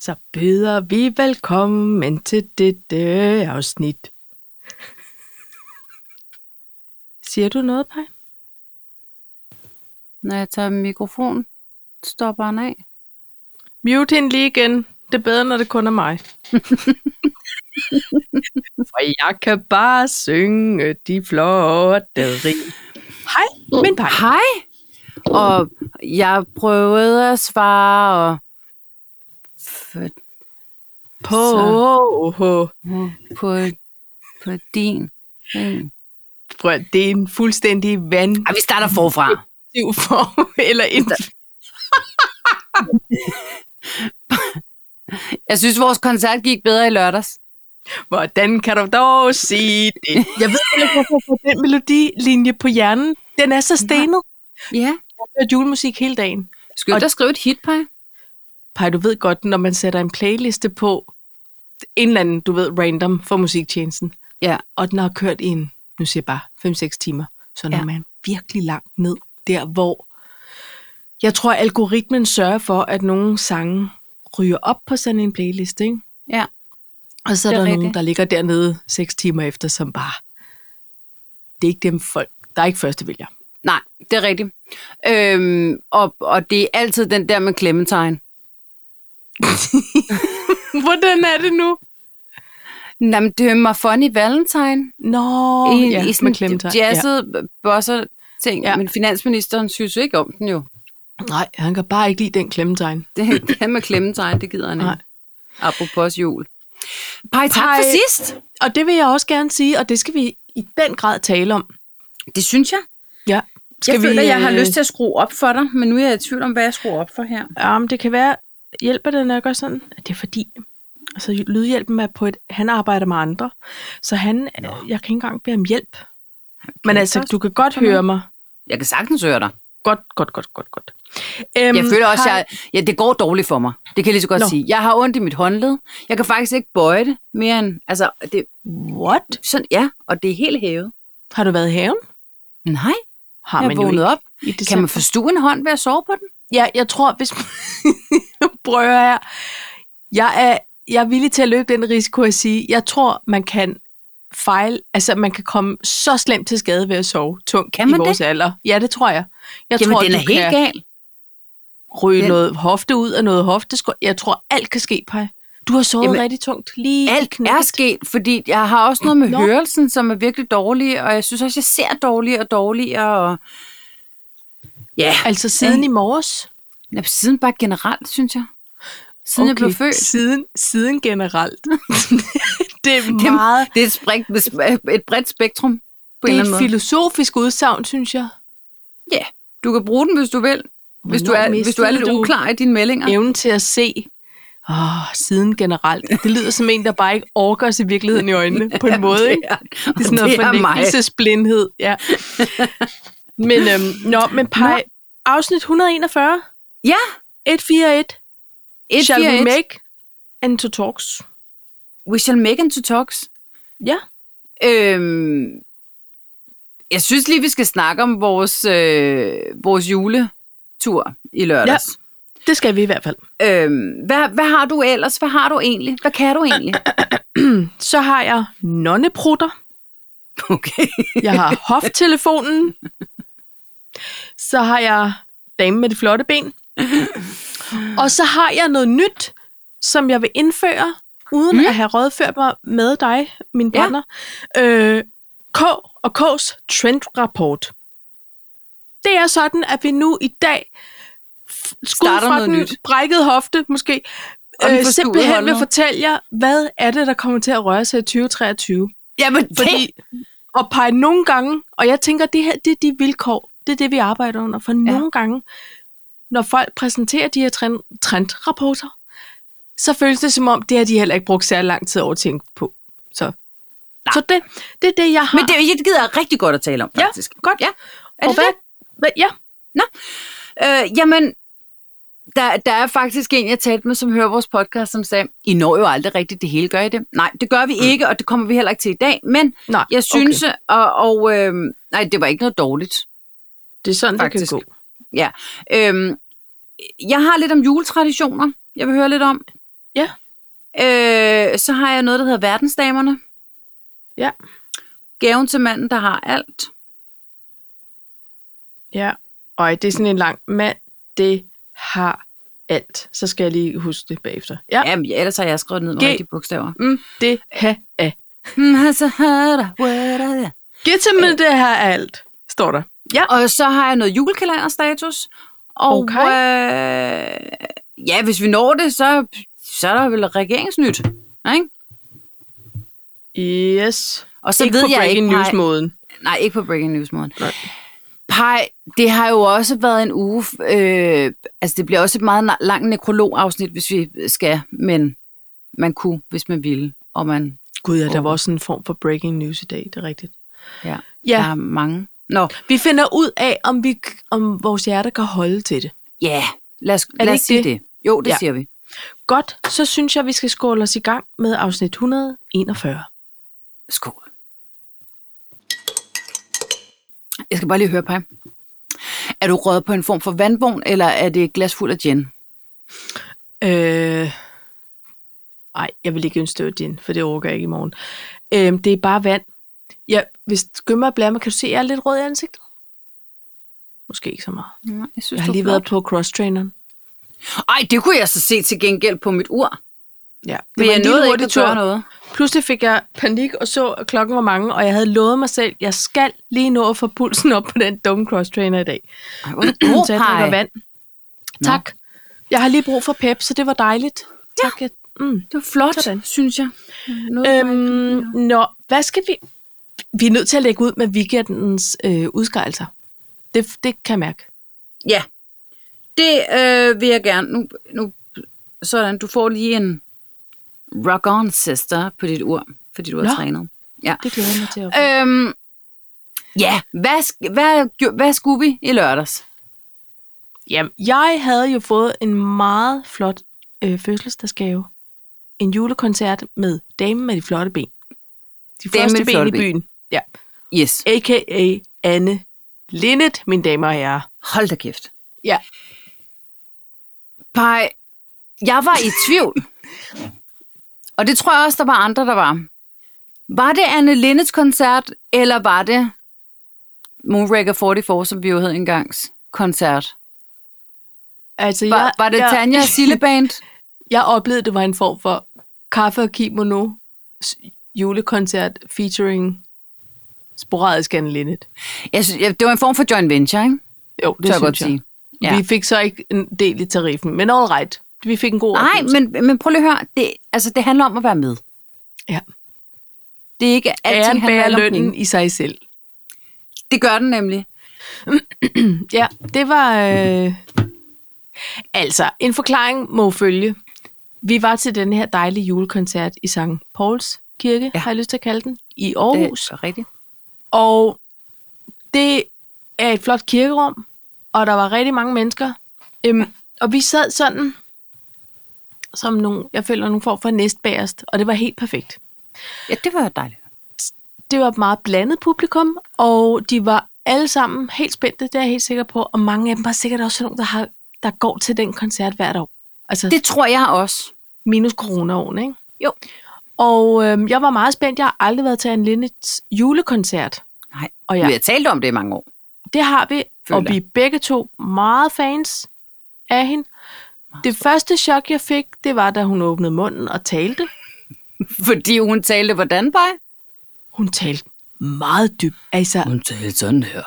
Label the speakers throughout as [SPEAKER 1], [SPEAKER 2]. [SPEAKER 1] så byder vi velkommen til dette afsnit. Siger du noget, Paj?
[SPEAKER 2] Når jeg tager mikrofon, stopper han af.
[SPEAKER 1] Mute hende lige igen. Det er bedre, når det kun er mig. For jeg kan bare synge de flotte rim. Hej, min Paj.
[SPEAKER 2] Hej! Og jeg prøvede at svare, og f-
[SPEAKER 1] På.
[SPEAKER 2] på, på din. ring.
[SPEAKER 1] Prøv, at- det er en fuldstændig
[SPEAKER 2] Ej,
[SPEAKER 1] vanvittig
[SPEAKER 2] vi starter forfra.
[SPEAKER 1] form. Eller en...
[SPEAKER 2] Jeg synes, vores koncert gik bedre i lørdags.
[SPEAKER 1] Hvordan kan du dog sige det? Jeg ved ikke, hvorfor jeg får den melodilinje på hjernen. Den er så stenet.
[SPEAKER 2] Ja.
[SPEAKER 1] Jeg har hørt julemusik hele dagen.
[SPEAKER 2] Skal
[SPEAKER 1] Og-
[SPEAKER 2] du da skrive et hit, Paj?
[SPEAKER 1] Pej, du ved godt, når man sætter en playliste på, en eller anden, du ved, random for musiktjenesten,
[SPEAKER 2] Ja.
[SPEAKER 1] og den har kørt i en, nu siger jeg bare, 5-6 timer, så når
[SPEAKER 2] Ja.
[SPEAKER 1] ja. man virkelig langt ned, der hvor, jeg tror, algoritmen sørger for, at nogle sange ryger op på sådan en playliste, ikke?
[SPEAKER 2] Ja.
[SPEAKER 1] Og så er
[SPEAKER 2] Det
[SPEAKER 1] der
[SPEAKER 2] er
[SPEAKER 1] nogen,
[SPEAKER 2] rigtigt.
[SPEAKER 1] der ligger dernede 6 timer efter, som bare, det er ikke dem folk, der er ikke førstevælger.
[SPEAKER 2] Nej, det er rigtigt. Øhm, og, og det er altid den der med Clementine.
[SPEAKER 1] Hvordan er det nu?
[SPEAKER 2] Jamen, det er mig funny Valentine.
[SPEAKER 1] Nå,
[SPEAKER 2] Oh, I,
[SPEAKER 1] ja,
[SPEAKER 2] ja, i
[SPEAKER 1] med
[SPEAKER 2] sådan
[SPEAKER 1] Clementine. Ja.
[SPEAKER 2] jazzet ja. bosser ting.
[SPEAKER 1] Ja.
[SPEAKER 2] Ja. Men finansministeren synes jo ikke om den jo.
[SPEAKER 1] Nej, han kan bare ikke lide den klemmetegn.
[SPEAKER 2] Det, det med Clementine, det gider han
[SPEAKER 1] Nej.
[SPEAKER 2] ikke. Apropos jul. Pej, tak
[SPEAKER 1] Pej.
[SPEAKER 2] for sidst.
[SPEAKER 1] Og det vil jeg også gerne sige, og det skal vi i den grad tale om.
[SPEAKER 2] Det synes jeg.
[SPEAKER 1] Ja.
[SPEAKER 2] Skal jeg føler,
[SPEAKER 1] vi,
[SPEAKER 2] vi, jeg har
[SPEAKER 1] øh,
[SPEAKER 2] lyst til at skrue op for dig, men nu er jeg i tvivl om, hvad jeg skruer op for her.
[SPEAKER 1] Ja, men det kan være, hjælper det, når jeg gør sådan? Det er fordi, altså lydhjælpen er på et, han arbejder med andre, så han, jeg kan ikke engang bede om hjælp. Men
[SPEAKER 2] du
[SPEAKER 1] altså,
[SPEAKER 2] godt?
[SPEAKER 1] du kan godt
[SPEAKER 2] Kom nu.
[SPEAKER 1] høre mig.
[SPEAKER 2] Jeg kan sagtens høre dig.
[SPEAKER 1] Godt, godt, godt, godt, godt. Øhm,
[SPEAKER 2] Jeg føler også,
[SPEAKER 1] hej.
[SPEAKER 2] jeg, ja, det går dårligt for mig. Det kan jeg lige så godt
[SPEAKER 1] Nå.
[SPEAKER 2] Nå. sige. Jeg har ondt i mit håndled. Jeg kan faktisk ikke bøje det mere end... Altså, det,
[SPEAKER 1] What?
[SPEAKER 2] sådan, ja, og det er helt hævet.
[SPEAKER 1] Har du været i haven?
[SPEAKER 2] Nej,
[SPEAKER 1] Har
[SPEAKER 2] jeg
[SPEAKER 1] man
[SPEAKER 2] er
[SPEAKER 1] jo
[SPEAKER 2] vågnet
[SPEAKER 1] ikke.
[SPEAKER 2] op.
[SPEAKER 1] I
[SPEAKER 2] Kan
[SPEAKER 1] december.
[SPEAKER 2] man forstue en hånd ved at sove på den?
[SPEAKER 1] Ja, jeg tror, hvis... Prøv at høre her. Jeg er, jeg er villig til at løbe den risiko at sige, jeg tror, man kan fejl, altså man kan komme så slemt til skade ved at sove tungt
[SPEAKER 2] Kan
[SPEAKER 1] i
[SPEAKER 2] man
[SPEAKER 1] vores alder. Ja, det tror jeg. Jeg
[SPEAKER 2] Jamen,
[SPEAKER 1] tror,
[SPEAKER 2] den
[SPEAKER 1] du
[SPEAKER 2] er helt
[SPEAKER 1] kan
[SPEAKER 2] gal.
[SPEAKER 1] ryge
[SPEAKER 2] Den-
[SPEAKER 1] noget hofte ud og noget hofteskål. Jeg tror, alt kan ske, Paj. Du har sovet Jamen,
[SPEAKER 2] Jamen,
[SPEAKER 1] rigtig tungt. Lige i
[SPEAKER 2] Alt er
[SPEAKER 1] knækket.
[SPEAKER 2] sket, fordi jeg har også noget med
[SPEAKER 1] Nå.
[SPEAKER 2] Nå. hørelsen, som er virkelig dårlig, og jeg synes også, jeg ser dårligere og dårligere. Og... Ja,
[SPEAKER 1] Altså siden i morges.
[SPEAKER 2] Jamen, siden bare generelt, synes jeg. Siden okay. jeg blev født.
[SPEAKER 1] Siden, siden generelt. det er meget...
[SPEAKER 2] Det er et, sprik, et bredt spektrum på
[SPEAKER 1] Det er
[SPEAKER 2] en eller anden
[SPEAKER 1] et
[SPEAKER 2] måde.
[SPEAKER 1] filosofisk udsagn, synes jeg.
[SPEAKER 2] Ja, du kan bruge den, hvis du vil. Hvis du,
[SPEAKER 1] Hvornår
[SPEAKER 2] er, hvis du er
[SPEAKER 1] mistede
[SPEAKER 2] lidt
[SPEAKER 1] du-
[SPEAKER 2] uklar i dine meldinger.
[SPEAKER 1] evnen til at se åh, siden generelt. Det lyder som en, der bare ikke orker at se virkeligheden i øjnene på en måde. Ikke? Det er sådan noget
[SPEAKER 2] det er mig.
[SPEAKER 1] fornægtelsesblindhed. Ja. Men, øhm, nå, men pej, afsnit 141,
[SPEAKER 2] Ja,
[SPEAKER 1] 141,
[SPEAKER 2] et
[SPEAKER 1] shall
[SPEAKER 2] fire,
[SPEAKER 1] we
[SPEAKER 2] et.
[SPEAKER 1] make and to talks?
[SPEAKER 2] we shall make and to talks.
[SPEAKER 1] Ja.
[SPEAKER 2] Øhm, jeg synes lige, vi skal snakke om vores, øh, vores juletur i lørdags. Ja.
[SPEAKER 1] Det skal vi i hvert fald.
[SPEAKER 2] Øhm, hvad, hvad har du ellers? Hvad har du egentlig? Hvad kan du egentlig?
[SPEAKER 1] Så har jeg nonneprutter,
[SPEAKER 2] Okay.
[SPEAKER 1] jeg har hoftelefonen, så har jeg damen med det flotte ben, og så har jeg noget nyt, som jeg vil indføre, uden mm. at have rådført mig med dig, min
[SPEAKER 2] Ja.
[SPEAKER 1] partner. Øh, K og K's trendrapport. Det er sådan, at vi nu i dag f- skud
[SPEAKER 2] Starter
[SPEAKER 1] fra
[SPEAKER 2] noget
[SPEAKER 1] den
[SPEAKER 2] nyt.
[SPEAKER 1] brækkede hofte måske,
[SPEAKER 2] Og den
[SPEAKER 1] øh,
[SPEAKER 2] forstuede
[SPEAKER 1] simpelthen vil
[SPEAKER 2] håndled.
[SPEAKER 1] fortælle jer, hvad er det, der kommer til at røre sig i 2023
[SPEAKER 2] Jamen,
[SPEAKER 1] fordi at pege nogle gange, og jeg tænker, det her, det er de vilkår, det er det, vi arbejder under, for ja. nogle gange, når folk præsenterer de her trend, trendrapporter, så føles det som om, det har de heller ikke brugt særlig lang tid over at tænke på. Så, så det, det er det, jeg har.
[SPEAKER 2] Men det, det gider jeg rigtig godt at tale om,
[SPEAKER 1] Ja,
[SPEAKER 2] faktisk.
[SPEAKER 1] godt.
[SPEAKER 2] Ja. Er
[SPEAKER 1] og
[SPEAKER 2] det
[SPEAKER 1] hvad, hvad, ja,
[SPEAKER 2] det? Øh, jamen, der, der er faktisk en, jeg talte med, som hører vores podcast, som sagde, I når jo aldrig rigtigt det hele, gør I det? Nej, det gør vi
[SPEAKER 1] Mm.
[SPEAKER 2] ikke, og det kommer vi heller ikke til i dag. Men
[SPEAKER 1] nej,
[SPEAKER 2] jeg synes, okay. og, og øh, nej, det var ikke noget dårligt.
[SPEAKER 1] okay. det er sådan,
[SPEAKER 2] faktisk.
[SPEAKER 1] det kan gå.
[SPEAKER 2] Øhm, jeg har lidt om juletraditioner, jeg vil høre lidt om.
[SPEAKER 1] Ja.
[SPEAKER 2] Øh, så har jeg noget, der hedder Verdensdamerne.
[SPEAKER 1] Ja.
[SPEAKER 2] Gaven til manden, der har alt.
[SPEAKER 1] Ja. Øj, det er sådan en lang mand. Det har alt. Så skal jeg lige huske det bagefter. Ja, ja.
[SPEAKER 2] Jamen, ja, ellers har jeg skrevet ned med
[SPEAKER 1] G.
[SPEAKER 2] rigtige bogstaver.
[SPEAKER 1] det har alt.
[SPEAKER 2] Mm, altså, har der- where are they?
[SPEAKER 1] Giv til mig, det har alt, står der.
[SPEAKER 2] Og så har jeg noget julekalenderstatus. Og
[SPEAKER 1] Okay.
[SPEAKER 2] øh, ja, hvis vi når det, så, så er der vel regeringsnyt. Ikke?
[SPEAKER 1] Yes.
[SPEAKER 2] Og
[SPEAKER 1] Så
[SPEAKER 2] så
[SPEAKER 1] ikke
[SPEAKER 2] ved
[SPEAKER 1] på
[SPEAKER 2] jeg ikke,
[SPEAKER 1] breaking
[SPEAKER 2] Paj-
[SPEAKER 1] news-måden.
[SPEAKER 2] Nej, ikke på Breaking News måden.
[SPEAKER 1] Nej.
[SPEAKER 2] Pej, det har jo også været en uge... Øh, altså, det bliver også et meget na- langt nekrolog-afsnit, hvis vi skal, men man kunne, hvis man ville. Og man,
[SPEAKER 1] Gud ja, der
[SPEAKER 2] Åh.
[SPEAKER 1] var også sådan en form for breaking news i dag, det er rigtigt.
[SPEAKER 2] ja, ja. der
[SPEAKER 1] Ja,
[SPEAKER 2] er mange. Nå,
[SPEAKER 1] vi finder ud af, om, vi, k- om vores hjerter kan holde til det.
[SPEAKER 2] ja, yeah. lad os,
[SPEAKER 1] det
[SPEAKER 2] lad os
[SPEAKER 1] ikke
[SPEAKER 2] sige det?
[SPEAKER 1] det?
[SPEAKER 2] det. Jo, det ja.
[SPEAKER 1] Ja.
[SPEAKER 2] siger vi.
[SPEAKER 1] Godt, så synes jeg, vi skal skåle os i gang med afsnit 141.
[SPEAKER 2] Skål. Jeg skal bare lige høre, Paj. Er du røget på en form for vandvogn, eller er det et glas fuld af gin?
[SPEAKER 1] Øh, ej, jeg vil ikke ønske det var din, for det overgår jeg ikke i morgen. Øh, det er bare vand. Ja, hvis du skømmer og blærer mig, kan du se, at jeg er lidt rød i ansigtet? Måske ikke så meget.
[SPEAKER 2] Nej, jeg synes,
[SPEAKER 1] Jeg har lige været på cross-traineren.
[SPEAKER 2] Ej, det kunne jeg så se til gengæld på mit ur.
[SPEAKER 1] Ja, det
[SPEAKER 2] Men
[SPEAKER 1] var
[SPEAKER 2] jeg
[SPEAKER 1] en lille
[SPEAKER 2] nåede ikke
[SPEAKER 1] hurtig
[SPEAKER 2] at gøre noget.
[SPEAKER 1] Pludselig fik jeg panik og så, at klokken var mange, og jeg havde lovet mig selv, jeg skal lige nå at få pulsen op på den dumme cross-trainer i dag.
[SPEAKER 2] Ej, hvor er du god,
[SPEAKER 1] så jeg
[SPEAKER 2] Paj.
[SPEAKER 1] drikker vand. Tak. Jeg har lige brug for pep, så det var dejligt. Tak. Ja. Mm.
[SPEAKER 2] Det var flot,
[SPEAKER 1] Sådan.
[SPEAKER 2] synes jeg.
[SPEAKER 1] Øhm, nå, hvad skal vi... Vi er nødt til at lægge ud med weekendens øh, udskejelser. Det, det kan jeg mærke.
[SPEAKER 2] Ja, det øh, vil jeg gerne. Nu, nu, sådan, du får lige en rock on sister på dit ur, fordi du har
[SPEAKER 1] Nå.
[SPEAKER 2] trænet. Ja.
[SPEAKER 1] Det glæder jeg mig til at øh.
[SPEAKER 2] Øhm, ja, hvad, sk- hvad, gjo- hvad skulle vi i lørdags?
[SPEAKER 1] Jamen, jeg havde jo fået en meget flot øh, fødselsdagsgave. En julekoncert med Damen med de flotte ben. De
[SPEAKER 2] Damen med
[SPEAKER 1] første
[SPEAKER 2] de
[SPEAKER 1] ben
[SPEAKER 2] flotte
[SPEAKER 1] i
[SPEAKER 2] ben.
[SPEAKER 1] byen. Ja.
[SPEAKER 2] Yes.
[SPEAKER 1] A.k.a. Anne Linnet, mine damer og herrer.
[SPEAKER 2] Hold da kæft.
[SPEAKER 1] Ja.
[SPEAKER 2] Pej, jeg var i tvivl. Og det tror jeg også, der var andre, der var. Var det Anne Linnets koncert, eller var det Moonraker 44, som vi jo hed engangs koncert?
[SPEAKER 1] Altså,
[SPEAKER 2] Var, var det
[SPEAKER 1] jeg,
[SPEAKER 2] Tanja og Sille Band?
[SPEAKER 1] Jeg oplevede, det var en form for kaffe og kimono s- julekoncert featuring sporadisk Anne Linnet.
[SPEAKER 2] Jeg synes, ja, det var en form for joint venture, ikke?
[SPEAKER 1] Jo, det
[SPEAKER 2] Tør
[SPEAKER 1] synes
[SPEAKER 2] jeg godt sige. Ja.
[SPEAKER 1] Ja. Vi fik så ikke en del i tariffen, men all right. Vi fik en god
[SPEAKER 2] Nej,
[SPEAKER 1] oplevelse.
[SPEAKER 2] men, men prøv lige at høre. Det, altså, det handler om at være med.
[SPEAKER 1] Ja.
[SPEAKER 2] Det er ikke
[SPEAKER 1] Æren
[SPEAKER 2] alting handler
[SPEAKER 1] bærer
[SPEAKER 2] om penge.
[SPEAKER 1] lønnen i sig selv.
[SPEAKER 2] Det gør den nemlig.
[SPEAKER 1] Ja, det var... Øh... Altså, en forklaring må følge. Vi var til den her dejlige julekoncert i St. Pauls Kirke,
[SPEAKER 2] Ja.
[SPEAKER 1] ja. har jeg lyst til at kalde den, i Aarhus.
[SPEAKER 2] Det er rigtigt.
[SPEAKER 1] Og det er et flot kirkerum, og der var rigtig mange mennesker. Øhm, og vi sad sådan, som nogle, jeg føler, nogle form for næstbærest, og det var helt perfekt.
[SPEAKER 2] Ja, det var dejligt.
[SPEAKER 1] Det var et meget blandet publikum, og de var alle sammen helt spændte, det er jeg helt sikker på, og mange af dem var sikkert også sådan nogle, der, har, der går til den koncert hvert år. Altså
[SPEAKER 2] Det tror jeg også.
[SPEAKER 1] minus coronaårene, ikke?
[SPEAKER 2] Jo.
[SPEAKER 1] Og øhm, jeg var meget spændt. Jeg har aldrig været til en Linnets julekoncert.
[SPEAKER 2] Nej,
[SPEAKER 1] Og
[SPEAKER 2] ja.
[SPEAKER 1] jeg
[SPEAKER 2] vi har talt om det i mange år.
[SPEAKER 1] Det har vi,
[SPEAKER 2] Føler
[SPEAKER 1] og vi er begge to meget fans af hende. Det første chok, jeg fik, det var, da hun åbnede munden og talte.
[SPEAKER 2] Fordi hun talte hvordan, bare?
[SPEAKER 1] Hun talte meget dybt. Altså,
[SPEAKER 2] Hun talte sådan her.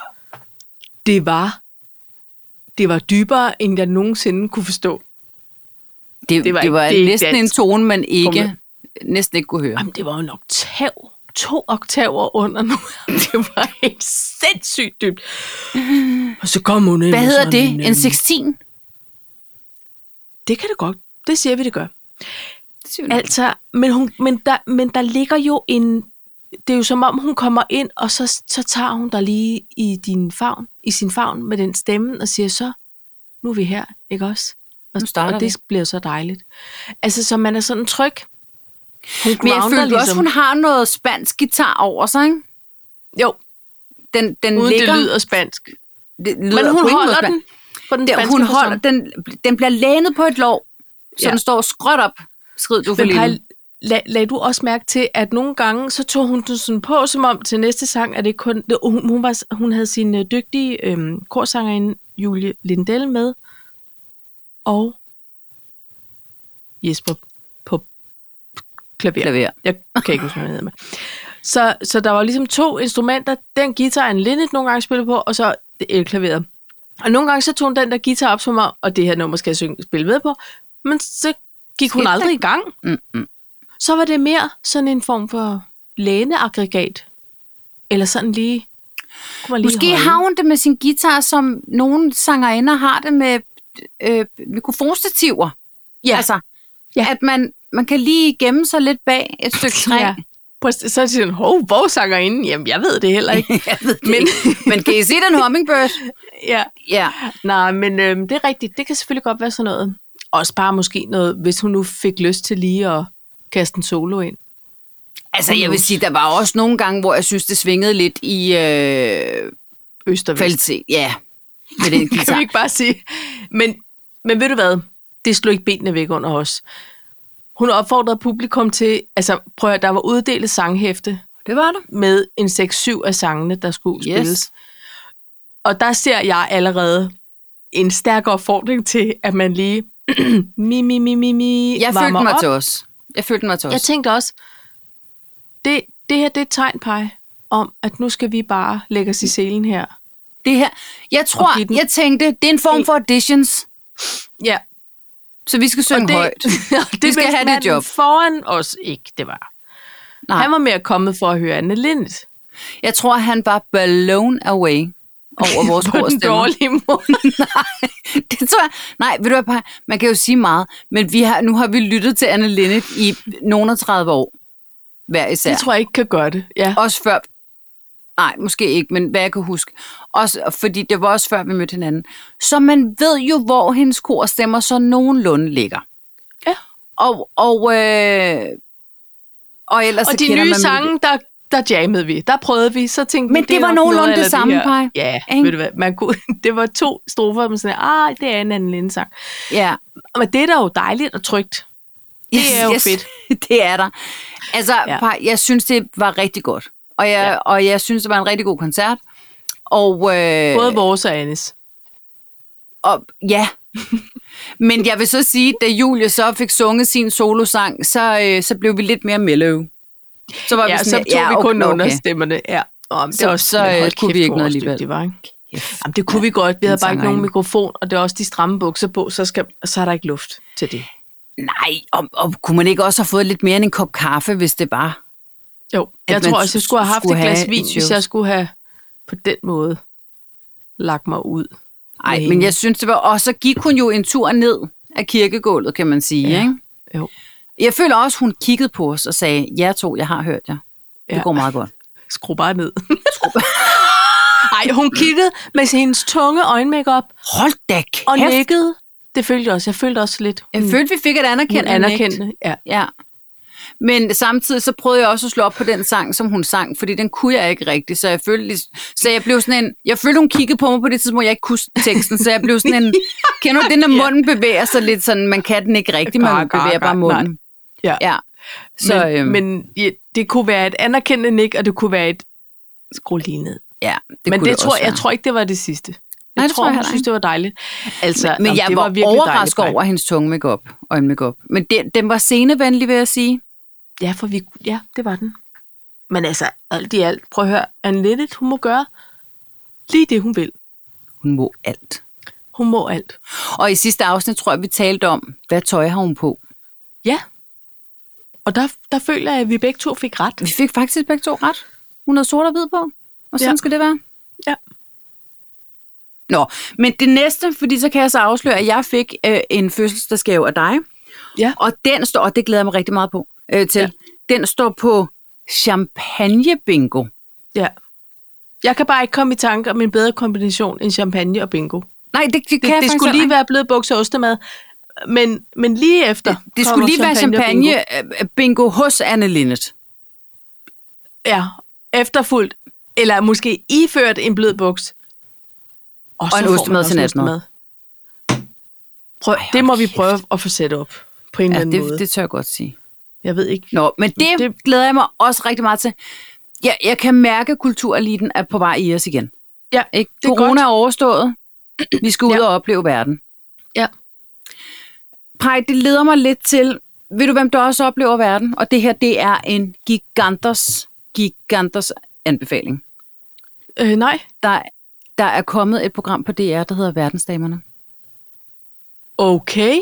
[SPEAKER 1] det var, det var dybere, end jeg nogensinde kunne forstå.
[SPEAKER 2] Det, det var, det var
[SPEAKER 1] ikke- det er
[SPEAKER 2] det næsten
[SPEAKER 1] ikke
[SPEAKER 2] en
[SPEAKER 1] dansk.
[SPEAKER 2] tone, man ikke,
[SPEAKER 1] Kom
[SPEAKER 2] næsten ikke kunne høre.
[SPEAKER 1] Jamen, det var jo en oktav. To oktaver under nu. Det var helt sindssygt dybt. Og så kom hun ind.
[SPEAKER 2] Hvad
[SPEAKER 1] med
[SPEAKER 2] hedder
[SPEAKER 1] sådan
[SPEAKER 2] det? En
[SPEAKER 1] øhm,
[SPEAKER 2] 16?
[SPEAKER 1] Det kan det godt. Det siger vi, det gør.
[SPEAKER 2] Det synes jeg.
[SPEAKER 1] Altså, men, hun, men, der, men der ligger jo en... Det er jo som om, hun kommer ind, og så, så tager hun dig lige i, din favn, i sin favn med den stemme, og siger så, nu er vi her, ikke også? Og,
[SPEAKER 2] Nu starter
[SPEAKER 1] og det bliver så dejligt. Altså, så man er sådan tryg. Hun
[SPEAKER 2] Men jeg
[SPEAKER 1] grounder
[SPEAKER 2] følte ligesom. også, hun har noget spansk guitar over sig, ikke?
[SPEAKER 1] Jo,
[SPEAKER 2] Den, den
[SPEAKER 1] uden
[SPEAKER 2] ligger,
[SPEAKER 1] det lyder spansk.
[SPEAKER 2] det lyder
[SPEAKER 1] Men
[SPEAKER 2] på
[SPEAKER 1] hun
[SPEAKER 2] ingen måde
[SPEAKER 1] holder
[SPEAKER 2] spansk.
[SPEAKER 1] den på den
[SPEAKER 2] Der,
[SPEAKER 1] spanske
[SPEAKER 2] hun
[SPEAKER 1] facon.
[SPEAKER 2] holder, den, den bliver lænet på et lov, så ja.
[SPEAKER 1] Ja.
[SPEAKER 2] den står skråt op, skrid, du for
[SPEAKER 1] Men Paj,
[SPEAKER 2] lille.
[SPEAKER 1] lag, lagde du også mærke til, at nogle gange, så tog hun den sådan på, som om til næste sang, at det kun... det- Hun, hun, var, hun havde sin øh, dygtige øhm, korsangerinde Julie Lindell med, og Jesper på klaver.
[SPEAKER 2] Klaver.
[SPEAKER 1] Jeg kan ikke huske, hvad han hedder. men- Så, så der var ligesom to instrumenter. Den guitar, en Linnet nogle gange spillede på, og så det elklaveret. Og nogle gange så tog hun den der guitar op som om, og det her nummer skal jeg synge, spille med på. Men så gik hun
[SPEAKER 2] Skete Mm, det?
[SPEAKER 1] aldrig i gang.
[SPEAKER 2] Mm-mm.
[SPEAKER 1] Så var det mere sådan en form for læneaggregat. Eller sådan lige... Kunne man lige
[SPEAKER 2] Måske
[SPEAKER 1] holde.
[SPEAKER 2] har hun det med sin guitar, som nogle sangerinder har det med øh, mikrofonstativer.
[SPEAKER 1] Ja.
[SPEAKER 2] Altså,
[SPEAKER 1] Ja.
[SPEAKER 2] ja. at man, man kan lige gemme sig lidt bag et stykke træ.
[SPEAKER 1] Ja. Præcis. Så er de sådan, hov, hvor sanger inden? Jamen, jeg ved det heller ikke.
[SPEAKER 2] Jeg ved det
[SPEAKER 1] Men-
[SPEAKER 2] ikke. Men kan I se den hummingbird?
[SPEAKER 1] ja.
[SPEAKER 2] Ja.
[SPEAKER 1] Nej, men øhm, det er rigtigt. Det kan selvfølgelig godt være sådan noget. Også bare måske noget, hvis hun nu fik lyst til lige at kaste en solo ind.
[SPEAKER 2] Altså, jeg vil sige, der var også nogle gange, hvor jeg synes, det svingede lidt i øh,
[SPEAKER 1] Øst og vest.
[SPEAKER 2] kvalitet. Ja, med den
[SPEAKER 1] Kan vi
[SPEAKER 2] guitar.
[SPEAKER 1] ikke bare sige. Men, men ved du hvad? Det slog ikke benene væk under os. Hun opfordrede publikum til, altså prøv at høre, der var uddelt sanghæfte
[SPEAKER 2] Det var det.
[SPEAKER 1] med en 6-7 af sangene, der skulle
[SPEAKER 2] Yes.
[SPEAKER 1] spilles. Og der ser jeg allerede en stærk opfordring til, at man lige mi, mi, mi, mi, mi,
[SPEAKER 2] Jeg
[SPEAKER 1] varmer
[SPEAKER 2] følte mig
[SPEAKER 1] op.
[SPEAKER 2] til os. Jeg følte mig til
[SPEAKER 1] Jeg
[SPEAKER 2] os.
[SPEAKER 1] tænkte også, det, det her det er et tegn, Paj, om, at nu skal vi bare lægge os i selen her.
[SPEAKER 2] Det her, jeg
[SPEAKER 1] Og give den-
[SPEAKER 2] tror, jeg tænkte, det er en form for auditions,
[SPEAKER 1] Ja,
[SPEAKER 2] så vi skal synge
[SPEAKER 1] det,
[SPEAKER 2] højt.
[SPEAKER 1] det
[SPEAKER 2] Vi skal
[SPEAKER 1] vidste
[SPEAKER 2] have det
[SPEAKER 1] manden
[SPEAKER 2] job.
[SPEAKER 1] foran os ikke, det var.
[SPEAKER 2] Nej.
[SPEAKER 1] Nej. Han var mere kommet for at høre Anne Lindt.
[SPEAKER 2] Jeg tror, han var blown away over vores
[SPEAKER 1] på den
[SPEAKER 2] korstemmer.
[SPEAKER 1] dårlige måde.
[SPEAKER 2] Det tror jeg. Nej, ved du hvad, Paj? man kan jo sige meget, men vi har, nu har vi lyttet til Anne Linnet i nogle 30 år hver især.
[SPEAKER 1] Det tror jeg ikke kan gøre det. Ja.
[SPEAKER 2] Også før... Nej, måske ikke, men hvad jeg kan huske. Også, fordi det var også før, vi mødte hinanden. Så man ved jo, hvor hendes kor stemmer så nogenlunde ligger.
[SPEAKER 1] Ja.
[SPEAKER 2] Og, og, øh, og ellers så
[SPEAKER 1] Og de
[SPEAKER 2] kender
[SPEAKER 1] nye
[SPEAKER 2] man
[SPEAKER 1] sange, der, der jammede vi. Der prøvede vi. Så tænkte
[SPEAKER 2] Men
[SPEAKER 1] vi,
[SPEAKER 2] det
[SPEAKER 1] er
[SPEAKER 2] var
[SPEAKER 1] nok
[SPEAKER 2] nogenlunde
[SPEAKER 1] noget
[SPEAKER 2] det
[SPEAKER 1] a la
[SPEAKER 2] samme,
[SPEAKER 1] her.
[SPEAKER 2] Paj.
[SPEAKER 1] Ja,
[SPEAKER 2] Ikke?
[SPEAKER 1] ved du hvad. Man kunne, det var to strofer, men sådan, ah, det er en anden Lindt sang.
[SPEAKER 2] Ja.
[SPEAKER 1] Men det er da jo dejligt og trygt. Det er jo fedt.
[SPEAKER 2] det er der. Altså,
[SPEAKER 1] Ja.
[SPEAKER 2] ja. jeg synes, det var rigtig godt. Og jeg,
[SPEAKER 1] Ja.
[SPEAKER 2] ja. og jeg synes, det var en rigtig god koncert. Og, øh,
[SPEAKER 1] Både vores og Annes.
[SPEAKER 2] og ja. Men jeg vil så sige, da Julie så fik sunget sin solosang, så, øh, så blev vi lidt mere mellow. Så var
[SPEAKER 1] Ja,
[SPEAKER 2] vi
[SPEAKER 1] så
[SPEAKER 2] sådan,
[SPEAKER 1] tog ja, vi kun okay. understemmerne. Ja. Og det
[SPEAKER 2] Så-
[SPEAKER 1] er også,
[SPEAKER 2] så,
[SPEAKER 1] men hold
[SPEAKER 2] øh, kunne vi
[SPEAKER 1] kæft,
[SPEAKER 2] ikke
[SPEAKER 1] hvor
[SPEAKER 2] noget alligevel.
[SPEAKER 1] dygtige de Var, ikke? Jamen, det kunne vi godt. Vi havde bare ikke nogen
[SPEAKER 2] sangerinde.
[SPEAKER 1] mikrofon, og det er også de stramme bukser på, så, skal, så er der ikke luft til det.
[SPEAKER 2] Nej, og, og kunne man ikke også have fået lidt mere end en kop kaffe, hvis det var?
[SPEAKER 1] Jo,
[SPEAKER 2] At
[SPEAKER 1] jeg
[SPEAKER 2] man
[SPEAKER 1] tror også, jeg skulle have haft
[SPEAKER 2] skulle
[SPEAKER 1] et glas
[SPEAKER 2] have
[SPEAKER 1] vin,
[SPEAKER 2] et
[SPEAKER 1] hvis
[SPEAKER 2] show.
[SPEAKER 1] jeg skulle have på den måde lagt mig ud.
[SPEAKER 2] Nej,
[SPEAKER 1] med
[SPEAKER 2] men
[SPEAKER 1] hende.
[SPEAKER 2] jeg synes, det var... Og så gik hun jo en tur ned af kirkegulvet, kan man sige,
[SPEAKER 1] Ja.
[SPEAKER 2] ja. ikke?
[SPEAKER 1] Jo.
[SPEAKER 2] Jeg føler også, hun kiggede på os og sagde, jer to, jeg har hørt jer. Det
[SPEAKER 1] Ja.
[SPEAKER 2] ja. går meget godt.
[SPEAKER 1] Skru bare ned. Nej, hun kiggede med hendes tunge øjenmakeup
[SPEAKER 2] Hold da
[SPEAKER 1] og
[SPEAKER 2] kæft.
[SPEAKER 1] nikkede. Det følte jeg også. Jeg følte også lidt.
[SPEAKER 2] Jeg
[SPEAKER 1] hun-
[SPEAKER 2] følte, vi fik et anerkendt
[SPEAKER 1] hun anerkendte. Ja.
[SPEAKER 2] Ja. Men samtidig så prøvede jeg også at slå op på den sang, som hun sang, fordi den kunne jeg ikke rigtig, så jeg følte, lige- så jeg blev sådan en, jeg følte, hun kiggede på mig på det tidspunkt, jeg ikke kunne teksten, så jeg blev sådan en, kender du det, når munden bevæger sig lidt sådan, man kan den ikke rigtig,
[SPEAKER 1] Gar,
[SPEAKER 2] man
[SPEAKER 1] gar,
[SPEAKER 2] bevæger bare
[SPEAKER 1] gar, nej.
[SPEAKER 2] munden.
[SPEAKER 1] Ja.
[SPEAKER 2] ja. Så,
[SPEAKER 1] men,
[SPEAKER 2] øhm,
[SPEAKER 1] men ja, det kunne være et anerkendende nik, og det kunne være et skru lige ned.
[SPEAKER 2] ja,
[SPEAKER 1] Det men
[SPEAKER 2] kunne
[SPEAKER 1] det, det tror,
[SPEAKER 2] også
[SPEAKER 1] jeg
[SPEAKER 2] være.
[SPEAKER 1] tror ikke, det var det sidste. Jeg
[SPEAKER 2] Nej, det tror
[SPEAKER 1] tror,
[SPEAKER 2] jeg
[SPEAKER 1] hun
[SPEAKER 2] heller
[SPEAKER 1] synes,
[SPEAKER 2] ikke.
[SPEAKER 1] det var dejligt. Altså,
[SPEAKER 2] Men
[SPEAKER 1] jamen,
[SPEAKER 2] jeg
[SPEAKER 1] det
[SPEAKER 2] var,
[SPEAKER 1] var virkelig dejligt,
[SPEAKER 2] overrasket
[SPEAKER 1] Brian.
[SPEAKER 2] over hendes tunge makeup og en makeup. Men det, den var scenevenlig, vil jeg sige.
[SPEAKER 1] Ja, for vi, ja, det var den. Men altså, alt i alt, prøv at høre, Anne Linnet, hun må gøre lige det, hun vil.
[SPEAKER 2] Hun må alt.
[SPEAKER 1] Hun må alt.
[SPEAKER 2] Og i sidste afsnit tror jeg, vi talte om, hvad tøj har hun på?
[SPEAKER 1] Ja. Og der, der føler jeg, at vi begge to fik ret.
[SPEAKER 2] Vi fik faktisk begge to ret. Hun havde sort og hvid på, og sådan
[SPEAKER 1] Ja.
[SPEAKER 2] ja. skal det være.
[SPEAKER 1] Ja.
[SPEAKER 2] Nå, men det næste, fordi så kan jeg så afsløre, at jeg fik øh, en fødselsdagsgave af dig.
[SPEAKER 1] Ja.
[SPEAKER 2] Og den står, og det glæder jeg mig rigtig meget på, øh, til,
[SPEAKER 1] Ja.
[SPEAKER 2] ja. den står på champagne bingo.
[SPEAKER 1] Ja. Jeg kan bare ikke komme i tanke om en bedre kombination end champagne og bingo.
[SPEAKER 2] Nej, det, det, det
[SPEAKER 1] Det,
[SPEAKER 2] kan jeg
[SPEAKER 1] det
[SPEAKER 2] faktisk
[SPEAKER 1] skulle lige
[SPEAKER 2] heller
[SPEAKER 1] være blevet bukser og ostemad, men, men lige efter
[SPEAKER 2] ikke. det
[SPEAKER 1] kommer
[SPEAKER 2] skulle lige være
[SPEAKER 1] og bingo.
[SPEAKER 2] champagne øh, bingo hos Anne Linnet.
[SPEAKER 1] Ja, efterfuldt. Eller måske iført en blød buks.
[SPEAKER 2] Og en
[SPEAKER 1] så får
[SPEAKER 2] ostemad
[SPEAKER 1] man også
[SPEAKER 2] til
[SPEAKER 1] en
[SPEAKER 2] natmad.
[SPEAKER 1] ostemad. Prøv,
[SPEAKER 2] Ej,
[SPEAKER 1] det må
[SPEAKER 2] hold
[SPEAKER 1] vi
[SPEAKER 2] kæft.
[SPEAKER 1] prøve at få sat op. på en eller
[SPEAKER 2] Ja,
[SPEAKER 1] anden måde.
[SPEAKER 2] det, det tør jeg godt sige.
[SPEAKER 1] Jeg ved ikke.
[SPEAKER 2] Nå, men det,
[SPEAKER 1] Det-
[SPEAKER 2] det glæder jeg mig også rigtig meget til. Jeg, jeg kan mærke, at kultureliten er på vej i os igen.
[SPEAKER 1] Ja,
[SPEAKER 2] Ikke?
[SPEAKER 1] det er
[SPEAKER 2] Corona
[SPEAKER 1] godt.
[SPEAKER 2] er overstået. Vi skal ud
[SPEAKER 1] Ja.
[SPEAKER 2] ja. og opleve verden.
[SPEAKER 1] Ja.
[SPEAKER 2] Pej, det leder mig lidt til, ved du hvem der også oplever verden? Og det her, det er en giganters, giganters anbefaling.
[SPEAKER 1] Øh, nej.
[SPEAKER 2] Der, der er kommet et program på DR, der hedder Verdensdamerne.
[SPEAKER 1] Okay.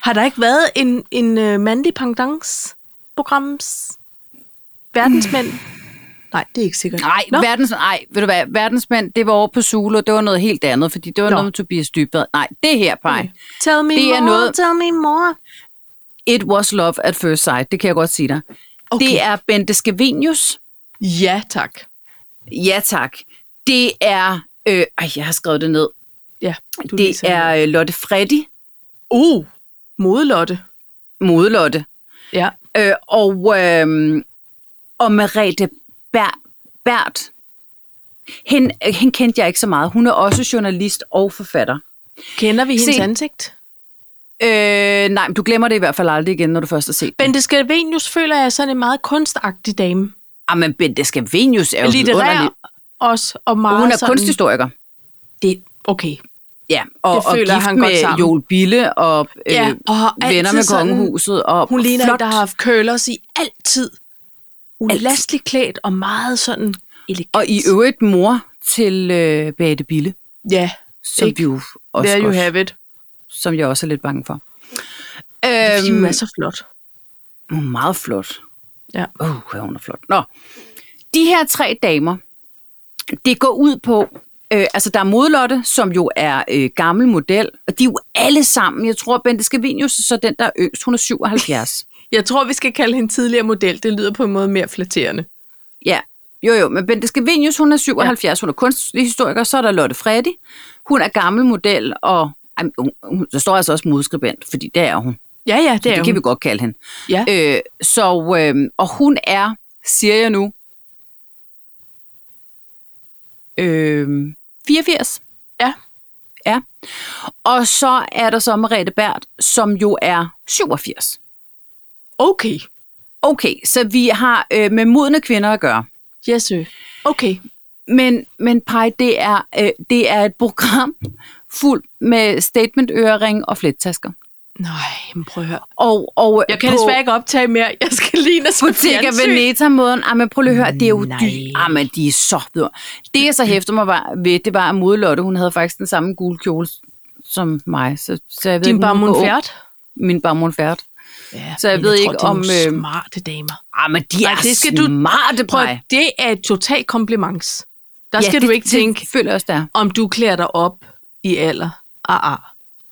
[SPEAKER 1] Har der ikke været en, en uh, mandlig pendants programs verdensmænd? Nej, det er ikke sikkert.
[SPEAKER 2] Mm. Nej,
[SPEAKER 1] Nå,
[SPEAKER 2] verdens, nej, ved du hvad, verdensmænd, det var over på Zulu, det var noget helt andet, fordi det var
[SPEAKER 1] Nå.
[SPEAKER 2] Nå. noget med Tobias Dybvad. Nej, det her, Pej.
[SPEAKER 1] okay. Tell me
[SPEAKER 2] Det
[SPEAKER 1] more,
[SPEAKER 2] er noget-
[SPEAKER 1] tell me more.
[SPEAKER 2] It was love at first sight, det kan jeg godt sige dig.
[SPEAKER 1] Okay.
[SPEAKER 2] Okay. Det er Bente Skevinius.
[SPEAKER 1] Ja, tak.
[SPEAKER 2] Ja, tak. Det er... Øh, ej, jeg har skrevet det ned.
[SPEAKER 1] Ja,
[SPEAKER 2] Du det er øh, Lotte Freddy,
[SPEAKER 1] Uh, modelotte.
[SPEAKER 2] modelotte.
[SPEAKER 1] Ja.
[SPEAKER 2] Øh, og, øh, og Merete Ber- Bert. Hende, øh, hende kendte jeg ikke så meget. Hun er også journalist og forfatter.
[SPEAKER 1] Kender vi hendes
[SPEAKER 2] Se.
[SPEAKER 1] ansigt?
[SPEAKER 2] Øh, nej, men du glemmer det i hvert fald aldrig igen, når du først har set den.
[SPEAKER 1] Bente Skavenius føler jeg er sådan en meget kunstagtig dame.
[SPEAKER 2] Jamen, Bente Skavenius er jo
[SPEAKER 1] Litterær
[SPEAKER 2] underlig.
[SPEAKER 1] også, og meget
[SPEAKER 2] Hun er
[SPEAKER 1] sådan,
[SPEAKER 2] kunsthistoriker.
[SPEAKER 1] Det, okay.
[SPEAKER 2] Ja, og,
[SPEAKER 1] Det
[SPEAKER 2] og
[SPEAKER 1] føler
[SPEAKER 2] gift
[SPEAKER 1] han
[SPEAKER 2] med
[SPEAKER 1] godt sammen.
[SPEAKER 2] Joel Bille og, øh,
[SPEAKER 1] Ja,
[SPEAKER 2] ja,
[SPEAKER 1] og har
[SPEAKER 2] og venner
[SPEAKER 1] altid
[SPEAKER 2] med
[SPEAKER 1] sådan-
[SPEAKER 2] kongehuset. Og
[SPEAKER 1] Hun ligner en,
[SPEAKER 2] flot.
[SPEAKER 1] der har haft curlers i altid. Ulastelig klædt og meget sådan elegant.
[SPEAKER 2] Og i øvrigt mor til øh, Bate Bille,
[SPEAKER 1] Ja,
[SPEAKER 2] som,
[SPEAKER 1] Ikke?
[SPEAKER 2] vi jo også
[SPEAKER 1] there you
[SPEAKER 2] godt,
[SPEAKER 1] have it.
[SPEAKER 2] som jeg også er lidt bange for.
[SPEAKER 1] Fordi hun
[SPEAKER 2] Øhm,
[SPEAKER 1] er så flot.
[SPEAKER 2] hun er Mm, meget flot.
[SPEAKER 1] Ja.
[SPEAKER 2] Åh, oh, hun er flot. Nå, de her tre damer, det går ud på, øh, altså der er Modelotte, som jo er øh, gammel model, og de er jo alle sammen, jeg tror, Bente Skavinius er så den, der er yngst, hun er 77.
[SPEAKER 1] Jeg tror, vi skal kalde hende tidligere model. Det lyder på en måde mere flatterende.
[SPEAKER 2] Ja, jo jo, men Bente Skevinius, hun er 77, ja. hun er kunsthistoriker, så er der Lotte Freddy, hun er gammel model, og ej, men hun, hun, der står altså også modskribent, fordi det er hun.
[SPEAKER 1] Ja, ja, det
[SPEAKER 2] Det,
[SPEAKER 1] er
[SPEAKER 2] det kan vi godt kalde hende.
[SPEAKER 1] Ja.
[SPEAKER 2] Øh, så, øh, og hun er, siger jeg nu, øh, 84.
[SPEAKER 1] Ja.
[SPEAKER 2] Ja. Og så er der så Merete Bert, som jo er 87.
[SPEAKER 1] Okay.
[SPEAKER 2] Okay, så vi har øh, med modne kvinder at gøre.
[SPEAKER 1] Yes, sir. Okay.
[SPEAKER 2] Men, men Pej, det er, øh, det er et program fuld med statementøring og flættasker.
[SPEAKER 1] Nej, men prøv at høre.
[SPEAKER 2] Og, og
[SPEAKER 1] Jeg kan desværre ikke optage mere. Jeg skal lige ned til
[SPEAKER 2] Bottega
[SPEAKER 1] fjernsyn.
[SPEAKER 2] Veneta-måden. Ah, men prøv lige at høre, det er jo
[SPEAKER 1] Nej.
[SPEAKER 2] dyrt. Ah, men de er så videre. Det, jeg så hæfter mig var- ved, det var, at modelotte, hun havde faktisk den samme gule kjole som mig. Så, så jeg ved
[SPEAKER 1] Din
[SPEAKER 2] ikke, om hun går-
[SPEAKER 1] barmundfærd.
[SPEAKER 2] Min barmonfærd.
[SPEAKER 1] Ja,
[SPEAKER 2] Så jeg
[SPEAKER 1] men
[SPEAKER 2] ved
[SPEAKER 1] tror,
[SPEAKER 2] ikke,
[SPEAKER 1] det er
[SPEAKER 2] om,
[SPEAKER 1] nogle
[SPEAKER 2] øh,
[SPEAKER 1] smarte damer.
[SPEAKER 2] Ah, men de
[SPEAKER 1] Nej,
[SPEAKER 2] er
[SPEAKER 1] det skal du-
[SPEAKER 2] smarte,
[SPEAKER 1] øhm, Prøv,
[SPEAKER 2] Paj.
[SPEAKER 1] det er et totalt kompliment. Der
[SPEAKER 2] Ja,
[SPEAKER 1] skal
[SPEAKER 2] det-
[SPEAKER 1] du ikke
[SPEAKER 2] det
[SPEAKER 1] tænke,
[SPEAKER 2] føler jeg også, der.
[SPEAKER 1] om du klæder dig op i alder. Ah, ah.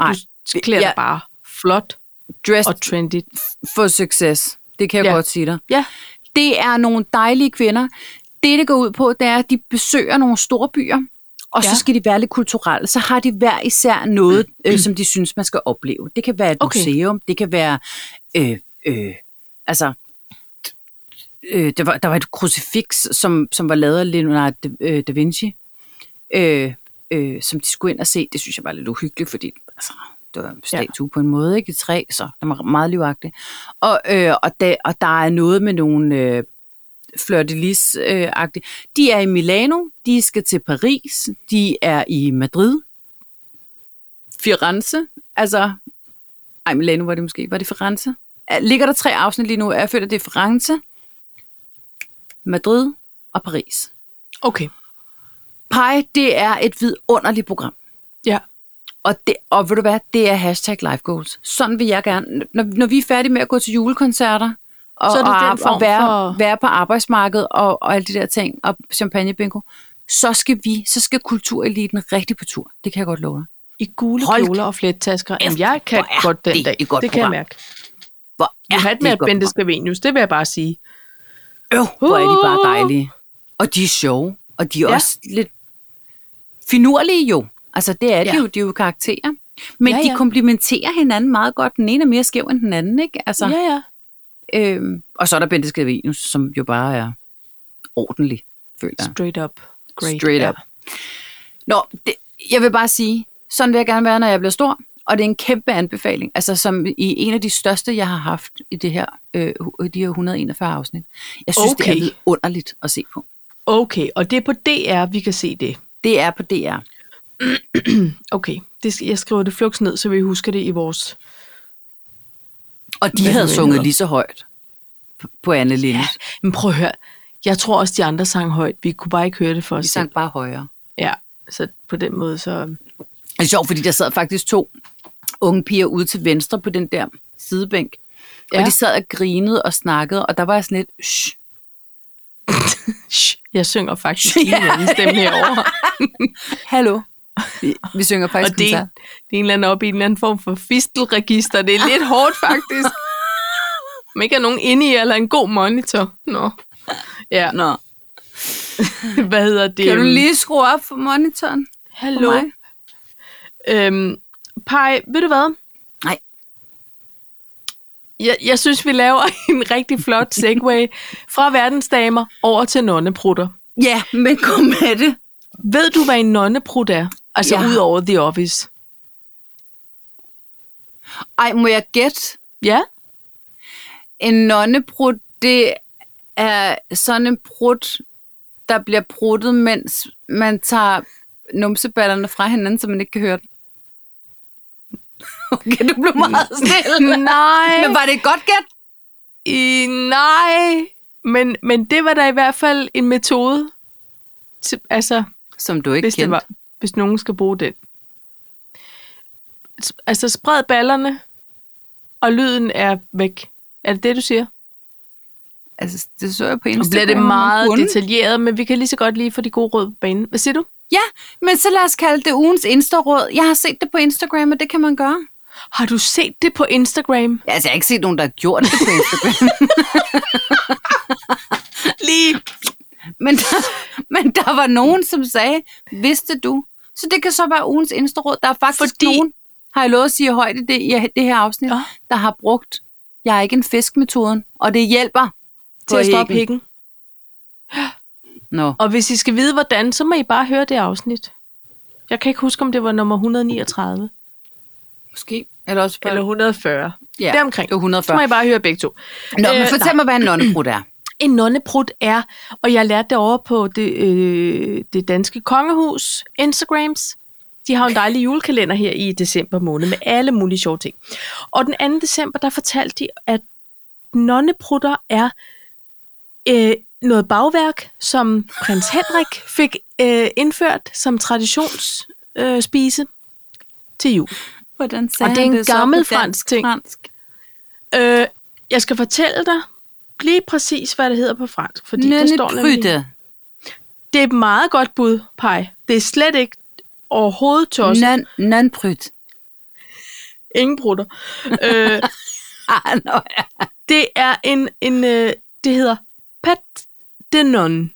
[SPEAKER 2] Nej.
[SPEAKER 1] Du klæder
[SPEAKER 2] Ja.
[SPEAKER 1] dig bare flot
[SPEAKER 2] Dressed
[SPEAKER 1] og trendy.
[SPEAKER 2] for success. Det kan jeg
[SPEAKER 1] Ja.
[SPEAKER 2] ja. godt sige dig.
[SPEAKER 1] Ja.
[SPEAKER 2] Det er nogle dejlige kvinder. Det, det går ud på, det er, at de besøger nogle store byer, og ja.
[SPEAKER 1] Ja.
[SPEAKER 2] så skal de være lidt kulturelle. Så har de hver især noget, øh, som de synes, man skal opleve. Det kan være et
[SPEAKER 1] Okay.
[SPEAKER 2] okay. museum, det kan være... Øh, øh, altså, øh, der, var, der var et krucifix, som, som var lavet af Leonardo da, øh, da Vinci, øh, øh, som de skulle ind og se. Det synes jeg var lidt uhyggeligt, fordi altså, det var en statue ja. på en måde, ikke? I træ, så den var meget livagtig. Og, øh, og, der, og der er noget med nogle øh, flørtelis-agtige. De er i Milano, de skal til Paris, de er i Madrid, Firenze, altså... Ej, Milano var det måske. Var det Firenze? Er- Ligger der tre afsnit lige nu? Jeg føler, det er Firenze, Madrid og Paris.
[SPEAKER 1] Okay.
[SPEAKER 2] Pej, det er et vidunderligt program.
[SPEAKER 1] Ja.
[SPEAKER 2] Og, det, og ved du hvad, det er hashtag life goals. Sådan vil jeg gerne. Når, når vi er færdige med at gå til julekoncerter, og,
[SPEAKER 1] Så er det
[SPEAKER 2] og,
[SPEAKER 1] den
[SPEAKER 2] ar-
[SPEAKER 1] form
[SPEAKER 2] og være,
[SPEAKER 1] for-
[SPEAKER 2] være på arbejdsmarkedet og, og alle de der ting, og champagnebingo, så skal vi, så skal kultureliten rigtig på tur. Det kan jeg godt love dig.
[SPEAKER 1] I gule
[SPEAKER 2] Hold
[SPEAKER 1] kjoler og flettasker. Jamen, jeg
[SPEAKER 2] kæft,
[SPEAKER 1] kan
[SPEAKER 2] hvor er
[SPEAKER 1] godt den
[SPEAKER 2] det
[SPEAKER 1] dag.
[SPEAKER 2] et godt
[SPEAKER 1] det kan jeg
[SPEAKER 2] program.
[SPEAKER 1] mærke.
[SPEAKER 2] Hvor
[SPEAKER 1] Du har
[SPEAKER 2] er
[SPEAKER 1] det med at
[SPEAKER 2] det et godt
[SPEAKER 1] Bente Skavenius, det vil jeg bare sige.
[SPEAKER 2] Øv, hvor er de bare dejlige. Og de er sjove, og de er
[SPEAKER 1] Uh! Ja.
[SPEAKER 2] ja. også lidt finurlige jo. Altså, det er de
[SPEAKER 1] Ja.
[SPEAKER 2] ja. jo, de er jo karakterer. Men
[SPEAKER 1] Ja,
[SPEAKER 2] ja, ja.
[SPEAKER 1] ja.
[SPEAKER 2] de komplementerer hinanden meget godt. Den ene er mere skæv end den anden, ikke? Altså,
[SPEAKER 1] Ja, ja.
[SPEAKER 2] ja. øhm, og så er der Bente Skavenius, som jo bare er ordentlig, føler jeg.
[SPEAKER 1] Straight up. Great.
[SPEAKER 2] Straight
[SPEAKER 1] Ja.
[SPEAKER 2] up. Nå, det, jeg vil bare sige, sådan vil jeg gerne være, når jeg bliver stor. Og det er en kæmpe anbefaling, altså som i en af de største, jeg har haft i det her, øh, i de her 141 afsnit. Jeg synes, okay.
[SPEAKER 1] Okay.
[SPEAKER 2] det er underligt at se på.
[SPEAKER 1] Okay, og det er på DR, vi kan se det.
[SPEAKER 2] Det er på DR.
[SPEAKER 1] Okay, det, sk- jeg skriver det flugs ned, så vi husker det i vores...
[SPEAKER 2] Og de
[SPEAKER 1] Hvad
[SPEAKER 2] havde
[SPEAKER 1] hedder
[SPEAKER 2] sunget
[SPEAKER 1] det?
[SPEAKER 2] lige så højt p- på Anne Linde. Ja,
[SPEAKER 1] Men prøv at høre, jeg tror også, de andre sang højt. Vi kunne bare ikke høre det for os
[SPEAKER 2] de
[SPEAKER 1] selv.
[SPEAKER 2] sang bare højere.
[SPEAKER 1] Ja, så på den måde, så...
[SPEAKER 2] Det er sjovt, fordi der sad faktisk to unge piger ude til venstre på den der sidebænk. Ja.
[SPEAKER 1] Ja.
[SPEAKER 2] Og de sad og grinede og snakkede, og der var jeg sådan lidt, Shh.
[SPEAKER 1] Shh, jeg synger faktisk lige en anden stemme herovre.
[SPEAKER 2] hallo. Vi, vi synger faktisk
[SPEAKER 1] Og det, er-
[SPEAKER 2] koncert.
[SPEAKER 1] det er en eller anden op i en eller anden form for fistelregister. Det er lidt hårdt, faktisk. Men ikke er nogen inde i eller en god monitor. Nå. Ja,
[SPEAKER 2] Nå. Øhm.
[SPEAKER 1] hvad hedder det?
[SPEAKER 2] Kan du lige skrue op for monitoren?
[SPEAKER 1] Hallo.
[SPEAKER 2] for mig?
[SPEAKER 1] Øhm, Paj, ved du hvad?
[SPEAKER 2] Nej.
[SPEAKER 1] Jeg, jeg synes, vi laver en rigtig flot segue fra verdensdamer over til nonneprutter.
[SPEAKER 2] Ja, men kom med det.
[SPEAKER 1] Ved du, hvad en nonneprut er? Altså
[SPEAKER 2] Ja.
[SPEAKER 1] ja. ud over The Office.
[SPEAKER 2] Ej, må jeg gætte?
[SPEAKER 1] Ja?
[SPEAKER 2] En nonnebrud, det er sådan en brud, der bliver bruttet, mens man tager numseballerne fra hinanden, så man ikke kan høre det. Okay, du blev meget stille.
[SPEAKER 1] Nej.
[SPEAKER 2] Men var det et godt gæt?
[SPEAKER 1] I, nej. Men, men det var da i hvert fald en metode. Til, altså,
[SPEAKER 2] Som du ikke
[SPEAKER 1] hvis, det
[SPEAKER 2] kendte.
[SPEAKER 1] var, hvis nogen skal bruge den. S- Altså, spred ballerne, og lyden er væk. Er det det, du siger?
[SPEAKER 2] Altså, det så jeg på
[SPEAKER 1] Nu
[SPEAKER 2] Instagram.
[SPEAKER 1] bliver det
[SPEAKER 2] at man
[SPEAKER 1] meget
[SPEAKER 2] kunne.
[SPEAKER 1] detaljeret, men vi kan lige så godt lige få de gode råd på banen. Hvad siger du?
[SPEAKER 2] Ja, men så lad os kalde det ugens Insta-råd. Jeg har set det på Instagram, og det kan man gøre.
[SPEAKER 1] Har du set det på Instagram?
[SPEAKER 2] Ja, Altså, jeg har ikke set nogen, der har gjort det på Instagram.
[SPEAKER 1] Lige.
[SPEAKER 2] men, der, men der var nogen, som sagde, vidste du? Så det kan så være ugens Insta-råd. Der er faktisk Fordi...
[SPEAKER 1] Fordi-
[SPEAKER 2] nogen, har jeg lovet at sige højt i det, i det her afsnit, ja.
[SPEAKER 1] Ja.
[SPEAKER 2] der har brugt, jeg er ikke en fisk-metoden, og det hjælper
[SPEAKER 1] Til
[SPEAKER 2] på
[SPEAKER 1] at stoppe
[SPEAKER 2] hækken.
[SPEAKER 1] hækken.
[SPEAKER 2] Nå,
[SPEAKER 1] Og hvis I skal vide, hvordan, så må I bare høre det afsnit. Jeg kan ikke huske, om det var nummer 139
[SPEAKER 2] måske. Eller også
[SPEAKER 1] eller 140.
[SPEAKER 2] ja,
[SPEAKER 1] det er omkring.
[SPEAKER 2] Det
[SPEAKER 1] Så
[SPEAKER 2] var 140.
[SPEAKER 1] må I bare høre begge to.
[SPEAKER 2] Nå, men
[SPEAKER 1] Øh,
[SPEAKER 2] fortæl mig, hvad en nonnebrud er.
[SPEAKER 1] en nonneprut er. Og jeg lærte det over på det, øh, det danske kongehus, Instagrams. De har jo en dejlig julekalender her i december måned med alle mulige sjove ting. Og den 2. december, der fortalte de, at nonneprutter er øh, noget bagværk, som prins Henrik fik øh, indført som traditionsspise øh, spise til jul.
[SPEAKER 2] Hvordan sagde
[SPEAKER 1] Og det er
[SPEAKER 2] han
[SPEAKER 1] en
[SPEAKER 2] så på
[SPEAKER 1] gammel
[SPEAKER 2] dansk,
[SPEAKER 1] fransk ting.
[SPEAKER 2] Fransk.
[SPEAKER 1] Øh, jeg skal fortælle dig lige præcis, hvad det hedder på fransk, fordi det står nemlig...
[SPEAKER 2] Nonneprytte.
[SPEAKER 1] Det er et meget godt bud, Pej. Det er slet ikke overhovedet tosset. Nej.
[SPEAKER 2] Non, nonpryt.
[SPEAKER 1] Ingen brutter. øh,
[SPEAKER 2] Ah, nå, ja.
[SPEAKER 1] det er en, en øh, det hedder pat de non.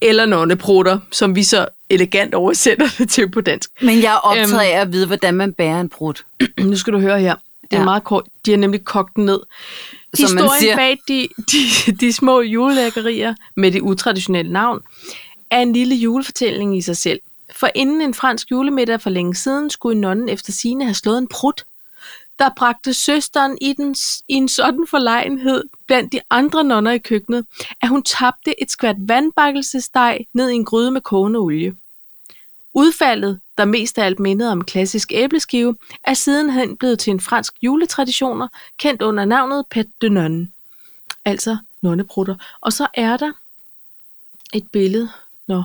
[SPEAKER 1] Eller nonneprutter, som vi så elegant oversætter det til på dansk.
[SPEAKER 2] Men jeg er optaget af at vide, hvordan man bærer en brud.
[SPEAKER 1] Nu skal du høre her. Det er
[SPEAKER 2] Ja.
[SPEAKER 1] ja. meget kort. De har nemlig kogt den ned.
[SPEAKER 2] Som man
[SPEAKER 1] Historien
[SPEAKER 2] siger.
[SPEAKER 1] bag de, de, de små julelækkerier med det utraditionelle navn er en lille julefortælling i sig selv. For inden en fransk julemiddag for længe siden, skulle nonnen efter sine have slået en prut, der bragte søsteren i, den, s- i en sådan forlegenhed blandt de andre nonner i køkkenet, at hun tabte et skvat vandbakkelsesteg ned i en gryde med kogende olie. Udfaldet, der mest af alt mindede om klassisk æbleskive, er sidenhen blevet til en fransk juletraditioner, kendt under navnet Pet de Nonne, altså nonneprutter. Og så er der et billede. Nå.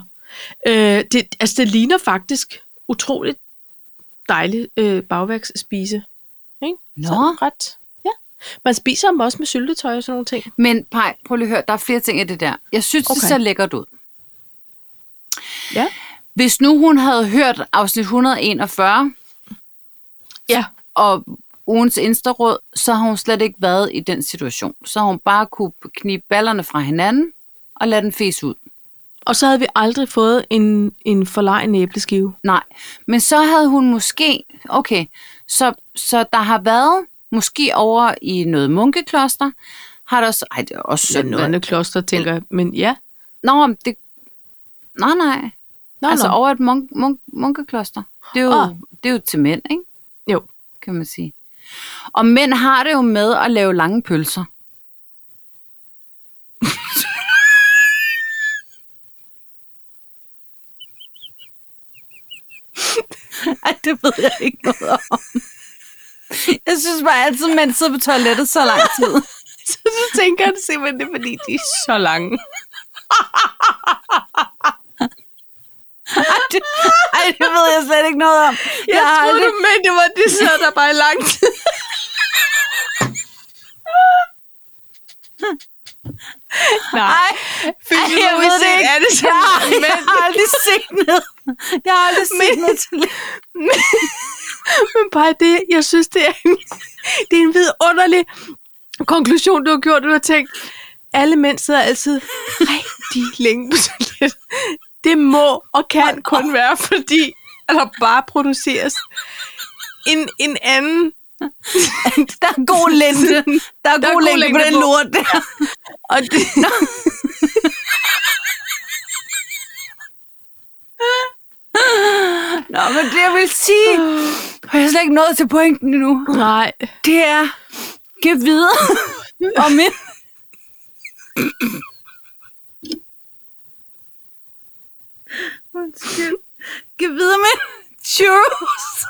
[SPEAKER 1] Øh, det, altså, det ligner faktisk utroligt dejlig øh, bagværksspise. Ikke?
[SPEAKER 2] Nå.
[SPEAKER 1] Sådan ret. Ja. Man spiser dem også med syltetøj og sådan nogle ting.
[SPEAKER 2] Men pej, prøv lige at høre, der er flere ting i det der. Jeg synes, okay. det
[SPEAKER 1] Okay.
[SPEAKER 2] ser lækkert ud.
[SPEAKER 1] Ja.
[SPEAKER 2] Hvis nu hun havde hørt afsnit 141
[SPEAKER 1] Ja.
[SPEAKER 2] og ugens instaråd, så har hun slet ikke været i den situation. Så har hun bare kunne knibe ballerne fra hinanden og lade den fese ud.
[SPEAKER 1] Og så havde vi aldrig fået en, en forlegen æbleskive.
[SPEAKER 2] Nej, men så havde hun måske, okay, så, så der har været, måske over i noget munkekloster, har der også, ej, det er også
[SPEAKER 1] Ja,
[SPEAKER 2] søndag.
[SPEAKER 1] nonnekloster, tænker jeg. Men ja.
[SPEAKER 2] Nå, men det, nej, nej.
[SPEAKER 1] Nå,
[SPEAKER 2] altså over et munk, munk, munkekloster. Det er, jo,
[SPEAKER 1] Ah.
[SPEAKER 2] det er jo til mænd, ikke?
[SPEAKER 1] Jo.
[SPEAKER 2] Kan man sige. Og mænd har det jo med at lave lange pølser. Ej, det ved jeg ikke noget om. Jeg synes bare altid, at mænd sidder på toilettet så lang tid.
[SPEAKER 1] Så, så tænker jeg det simpelthen, det er, fordi de er så lange.
[SPEAKER 2] Ej, det, ej, det ved jeg slet ikke noget om.
[SPEAKER 1] Jeg, jeg
[SPEAKER 2] har
[SPEAKER 1] troede,
[SPEAKER 2] aldrig-
[SPEAKER 1] du mente, det var, de sad der bare i lang tid. Nej,
[SPEAKER 2] Ej,
[SPEAKER 1] Fik du
[SPEAKER 2] jeg ved det ikke.
[SPEAKER 1] Er det
[SPEAKER 2] Jeg
[SPEAKER 1] sådan,
[SPEAKER 2] har,
[SPEAKER 1] men,
[SPEAKER 2] jeg har aldrig set noget. Jeg har aldrig set noget til
[SPEAKER 1] men bare det, jeg synes, det er en, det er en vidunderlig konklusion, du har gjort. Du har tænkt, alle mænd sidder altid rigtig længe på toilettet. Det må og kan kun være, fordi at der bare produceres en, en anden
[SPEAKER 2] Der er god lente. Der er, der god, lente på den
[SPEAKER 1] på.
[SPEAKER 2] lort der.
[SPEAKER 1] Og det...
[SPEAKER 2] Nå, men det jeg vil sige, og jeg er slet ikke nået til pointen nu,
[SPEAKER 1] Nej.
[SPEAKER 2] det er, giv videre om en. Undskyld. Giv videre med churros.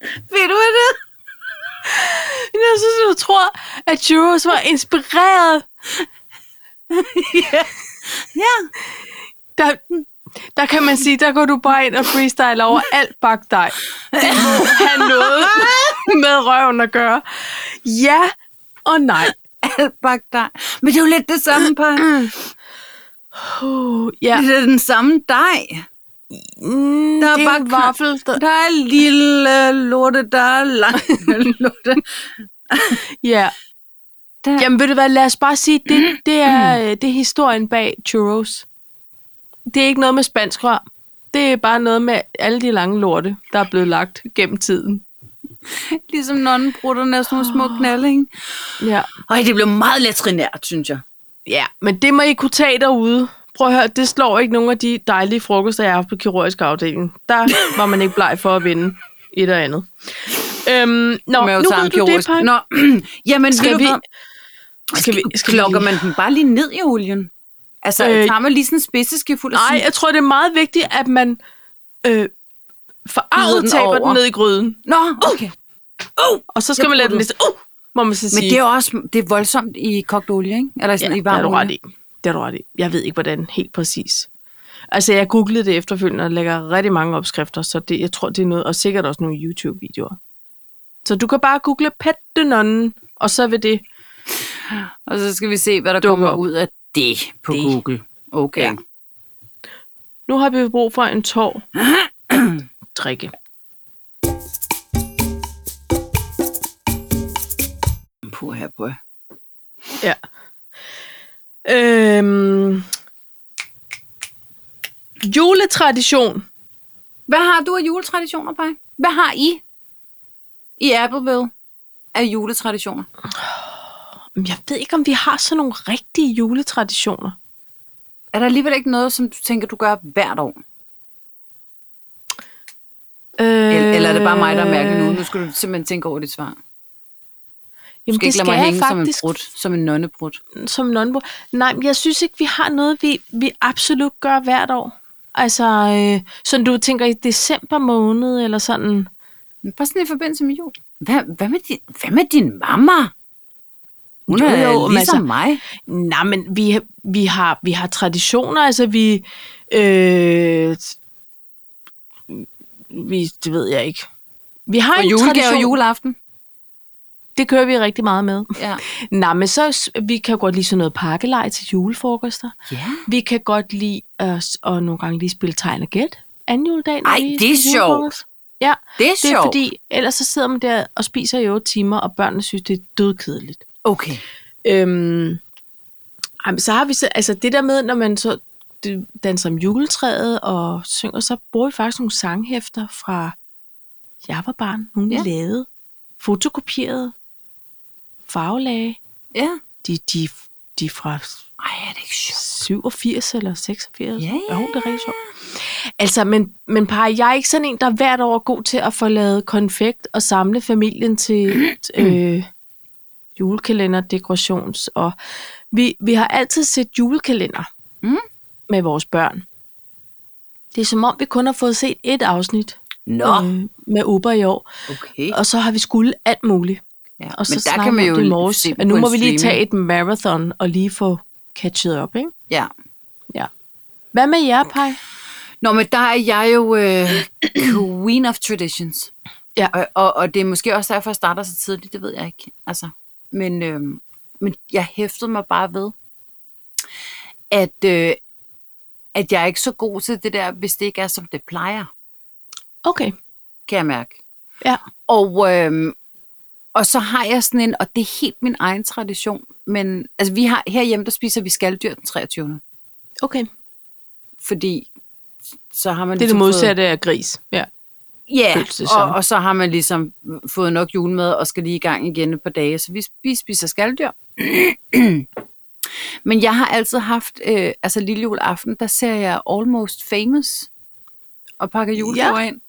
[SPEAKER 2] Ved du hvad det? er?
[SPEAKER 1] Men jeg synes, du tror, at Churros var inspireret.
[SPEAKER 2] Ja.
[SPEAKER 1] Der, der kan man sige, der går du bare ind og freestyler over alt bagt dig. Det må have noget med røven at gøre. Ja og nej.
[SPEAKER 2] Alt bagt dej. Men det er jo lidt det samme par.
[SPEAKER 1] Uh, ja.
[SPEAKER 2] Det er den samme dej.
[SPEAKER 1] Mm,
[SPEAKER 2] Der er
[SPEAKER 1] det
[SPEAKER 2] bagt
[SPEAKER 1] en vaffel. Der,
[SPEAKER 2] Der er lille lorte, der er lang lorte.
[SPEAKER 1] ja.
[SPEAKER 2] Der.
[SPEAKER 1] Jamen ved du hvad, lad os bare sige, det, det, er, øh, det er historien bag churros. Det er ikke noget med spansk rør. Det er bare noget med alle de lange lorte, der er blevet lagt gennem tiden.
[SPEAKER 2] Ligesom nonnenbrutterne og sådan nogle små knalde, ikke?
[SPEAKER 1] Ja.
[SPEAKER 2] Ah. Ej, det blev meget latrinært, synes jeg.
[SPEAKER 1] Ja, men det må I kunne tage derude. Prøv at høre, det slår ikke nogen af de dejlige frokoster, jeg har haft på kirurgisk afdeling. Der var man ikke bleg for at vinde et eller andet. Øhm, nå, nu ved du det, Paj.
[SPEAKER 2] Nå, jamen,
[SPEAKER 1] Skal
[SPEAKER 2] skal vi...
[SPEAKER 1] vi-
[SPEAKER 2] Skal vi... Skal
[SPEAKER 1] vi
[SPEAKER 2] klokker
[SPEAKER 1] lige-
[SPEAKER 2] man den bare lige ned i olien? Altså,
[SPEAKER 1] Øh,
[SPEAKER 2] øh, tager man lige sådan en spidseskefuld og
[SPEAKER 1] Nej,
[SPEAKER 2] sådan...
[SPEAKER 1] jeg tror, det er meget vigtigt, at man øh,
[SPEAKER 2] Glider
[SPEAKER 1] forarvet
[SPEAKER 2] den
[SPEAKER 1] taber
[SPEAKER 2] over.
[SPEAKER 1] den ned i gryden.
[SPEAKER 2] Nå, okay. Uh,
[SPEAKER 1] Og så
[SPEAKER 2] Jeg
[SPEAKER 1] skal man lade
[SPEAKER 2] tror,
[SPEAKER 1] den lige... Uh, må man så
[SPEAKER 2] men
[SPEAKER 1] sige.
[SPEAKER 2] det er jo også det er voldsomt i kogt olie, ikke? Eller sådan
[SPEAKER 1] ja,
[SPEAKER 2] i varm
[SPEAKER 1] det er du
[SPEAKER 2] olie.
[SPEAKER 1] ret i. Det er du ret i. Jeg ved ikke, hvordan helt præcis. Altså, jeg googlede det efterfølgende, og der ligger rigtig mange opskrifter, så det, jeg tror, det er noget, og sikkert også nogle YouTube-videoer. Så du kan bare google pattenonnen, og så vil det...
[SPEAKER 2] Og så skal vi se, hvad der
[SPEAKER 1] Dukker
[SPEAKER 2] kommer
[SPEAKER 1] op.
[SPEAKER 2] ud af det på
[SPEAKER 1] Det.
[SPEAKER 2] Google. Okay.
[SPEAKER 1] Ja. Nu har vi brug for en tår drikke.
[SPEAKER 2] Puha, puha.
[SPEAKER 1] Ja. Øhm, juletradition.
[SPEAKER 2] Hvad har du af juletraditioner, Paj? Hvad har I i Appleville af juletraditioner?
[SPEAKER 1] Jamen, Jeg ved ikke, om vi har sådan nogle rigtige juletraditioner.
[SPEAKER 2] Er der alligevel ikke noget, som du tænker, du gør hvert år?
[SPEAKER 1] Øh,
[SPEAKER 2] Eller, eller er det bare mig, der er mærkelig
[SPEAKER 1] Øhm,
[SPEAKER 2] nu? Nu skal du simpelthen tænke over dit svar. Du
[SPEAKER 1] Jamen,
[SPEAKER 2] skal
[SPEAKER 1] det
[SPEAKER 2] ikke
[SPEAKER 1] skal
[SPEAKER 2] lade
[SPEAKER 1] jeg
[SPEAKER 2] mig hænge som en
[SPEAKER 1] faktisk
[SPEAKER 2] brud, som en nonnebrud.
[SPEAKER 1] som nonbo. Nej, men jeg synes ikke, vi har noget, vi, vi absolut gør hvert år. Altså, øh, sådan du tænker i december måned, eller sådan.
[SPEAKER 2] Men bare sådan i forbindelse med jul. Hvad, hvad, med, din, hvad med din mamma? Hun
[SPEAKER 1] Jo,
[SPEAKER 2] er
[SPEAKER 1] jo,
[SPEAKER 2] jo,
[SPEAKER 1] men
[SPEAKER 2] ligesom
[SPEAKER 1] altså-
[SPEAKER 2] mig.
[SPEAKER 1] Nej, men vi, vi, har, vi har traditioner, altså vi... Øh, vi, det ved jeg ikke. Vi har
[SPEAKER 2] Og
[SPEAKER 1] en
[SPEAKER 2] julegave
[SPEAKER 1] tradition.
[SPEAKER 2] juleaften.
[SPEAKER 1] Det kører vi rigtig meget med.
[SPEAKER 2] Ja.
[SPEAKER 1] Nej, men så, s- vi kan godt lide sådan noget pakkelej til julefrokoster.
[SPEAKER 2] ja.
[SPEAKER 1] Vi kan godt lide at, at nogle gange lige spille tegn og gæt anden juledag. når
[SPEAKER 2] Ej,
[SPEAKER 1] vi
[SPEAKER 2] det er
[SPEAKER 1] skal
[SPEAKER 2] sjovt.
[SPEAKER 1] julefrokost. Ja,
[SPEAKER 2] Det er
[SPEAKER 1] Det er
[SPEAKER 2] sjovt.
[SPEAKER 1] fordi, ellers så sidder man der og spiser i 8 timer, og børnene synes, det er dødkedeligt.
[SPEAKER 2] Okay.
[SPEAKER 1] Øhm, ej, men så har vi så, altså det der med, når man så det- danser om juletræet og synger, så bruger vi faktisk nogle sanghæfter fra jeg var barn. Nogle vi
[SPEAKER 2] Ja.
[SPEAKER 1] ja. lavede, fotokopierede, farvelage.
[SPEAKER 2] Ja.
[SPEAKER 1] De, de de er fra
[SPEAKER 2] Ej, er det ikke sjovt?
[SPEAKER 1] 87 eller 86.
[SPEAKER 2] Ja,
[SPEAKER 1] Jo, det er rigtig sjovt. Altså, men, men par, jeg er ikke sådan en, der hvert år er god til at få lavet konfekt og samle familien til øh, julekalender, dekorations. Og vi, vi har altid set julekalender
[SPEAKER 2] Mm.
[SPEAKER 1] med vores børn. Det er som om, vi kun har fået set et afsnit
[SPEAKER 2] Nå,
[SPEAKER 1] øh, med Uber i år.
[SPEAKER 2] okay.
[SPEAKER 1] Og så har vi skulle alt muligt.
[SPEAKER 2] Ja.
[SPEAKER 1] Og så
[SPEAKER 2] Men der
[SPEAKER 1] snakker
[SPEAKER 2] kan man
[SPEAKER 1] vi
[SPEAKER 2] jo
[SPEAKER 1] om det i morges,
[SPEAKER 2] se
[SPEAKER 1] at nu
[SPEAKER 2] på en
[SPEAKER 1] må vi lige tage
[SPEAKER 2] streaming.
[SPEAKER 1] et marathon og lige få catchet op, ikke?
[SPEAKER 2] Ja.
[SPEAKER 1] Hvad med jer, Paj?
[SPEAKER 2] Nå, men der er jeg jo øh, queen of traditions.
[SPEAKER 1] Ja.
[SPEAKER 2] Og, og, og det er måske også derfor, jeg starter så tidligt, det ved jeg ikke. Altså, men, øh, men jeg hæftede mig bare ved, at, øh, at jeg er ikke så god til det der, hvis det ikke er, som det plejer,
[SPEAKER 1] Okay,
[SPEAKER 2] kan jeg mærke.
[SPEAKER 1] ja.
[SPEAKER 2] Og, øh, og så har jeg sådan en, og det er helt min egen tradition, men altså, vi har, herhjemme, der spiser vi skalddyr den 23.
[SPEAKER 1] Okay.
[SPEAKER 2] Fordi så har man
[SPEAKER 1] Det er det
[SPEAKER 2] ligesom fået-
[SPEAKER 1] modsatte af gris. Ja.
[SPEAKER 2] Ja,
[SPEAKER 1] Føles det
[SPEAKER 2] og,
[SPEAKER 1] sådan.
[SPEAKER 2] og så har man ligesom fået nok julemad og skal lige i gang igen et par dage. Så vi, vi spiser skalddyr. Men jeg har altid haft, øh, altså lille juleaften, der ser jeg Almost Famous og pakker julegaver ja. ind.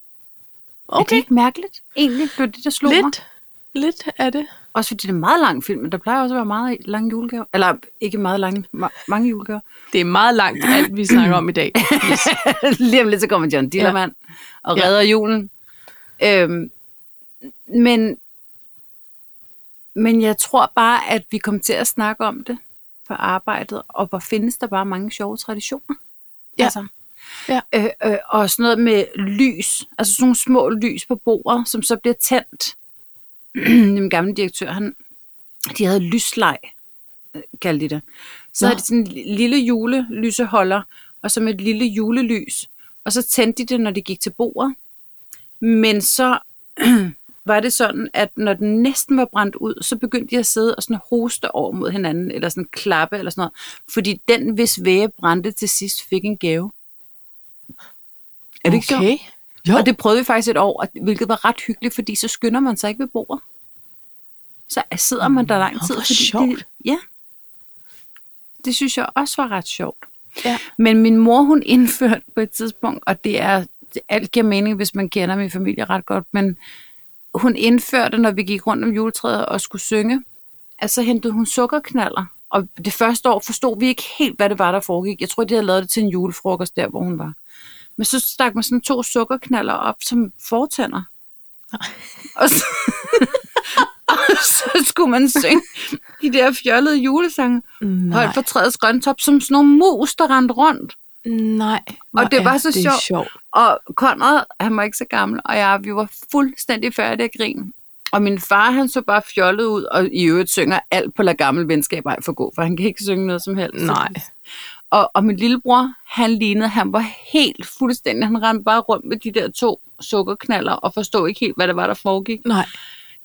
[SPEAKER 2] Okay. Er det
[SPEAKER 1] Okay.
[SPEAKER 2] ikke mærkeligt? Egentlig blev det, der slog mig.
[SPEAKER 1] Lidt. Lidt er det.
[SPEAKER 2] Også fordi det er en meget lang film, men der plejer også at være meget lange julegaver. Eller ikke meget lange, ma- mange julegaver.
[SPEAKER 1] Det er meget langt, alt vi snakker om i dag.
[SPEAKER 2] Lige om lidt, så kommer John Dillermand ja. og
[SPEAKER 1] Ja.
[SPEAKER 2] redder julen. Øhm, men, men jeg tror bare, at vi kom til at snakke om det på arbejdet, og hvor findes der bare mange sjove traditioner.
[SPEAKER 1] Ja.
[SPEAKER 2] Altså,
[SPEAKER 1] Ja.
[SPEAKER 2] Øh, øh, og sådan noget med lys, altså sådan nogle små lys på bordet, som så bliver tændt. Den gamle direktør, han, de havde lysleg, øh, kaldte de det. Så
[SPEAKER 1] Nå.
[SPEAKER 2] havde de sådan en li- lille julelyseholder, og så med et lille julelys. Og så tændte de det, når de gik til bordet. Men så var det sådan, at når den næsten var brændt ud, så begyndte de at sidde og sådan hoste over mod hinanden, eller sådan klappe eller sådan noget. Fordi den, hvis væge brændte til sidst, fik en gave. Er det ikke sjovt?
[SPEAKER 1] okay. Jo.
[SPEAKER 2] Og det prøvede vi faktisk et år, og- hvilket var ret hyggeligt, fordi så skynder man sig ikke ved bordet. Så sidder man der lang
[SPEAKER 1] Nå,
[SPEAKER 2] tid.
[SPEAKER 1] hvor
[SPEAKER 2] Det,
[SPEAKER 1] sjovt.
[SPEAKER 2] ja. Det synes jeg også var ret sjovt.
[SPEAKER 1] Ja.
[SPEAKER 2] Men min mor, hun indførte på et tidspunkt, og det er, det- alt giver mening, hvis man kender min familie ret godt, men hun indførte, når vi gik rundt om juletræet og skulle synge, at så hentede hun sukkerknaller. Og det første år forstod vi ikke helt, hvad det var, der foregik. Jeg tror, de havde lavet det til en julefrokost der, hvor hun var. Men så stak man sådan to sukkerknaller op som fortænder. Og så, og så skulle man synge de der fjollede julesange.
[SPEAKER 1] Nej.
[SPEAKER 2] Højt for træets grønne top, som sådan nogle mus, der rendte rundt.
[SPEAKER 1] Nej.
[SPEAKER 2] Og
[SPEAKER 1] hvor
[SPEAKER 2] det var
[SPEAKER 1] er
[SPEAKER 2] så
[SPEAKER 1] det
[SPEAKER 2] sjovt.
[SPEAKER 1] sjovt.
[SPEAKER 2] Og Conrad, han var ikke så gammel, og jeg, vi var fuldstændig færdige af grin. Og min far, han så bare fjollet ud, og i øvrigt synger alt på La Gammel Venskab ej for god, for han kan ikke synge noget som helst.
[SPEAKER 1] Nej.
[SPEAKER 2] Og, og min lillebror, han lignede, han var helt fuldstændig, han rendte bare rundt med de der to sukkerknaller, og forstod ikke helt, hvad det var, der foregik.
[SPEAKER 1] Nej.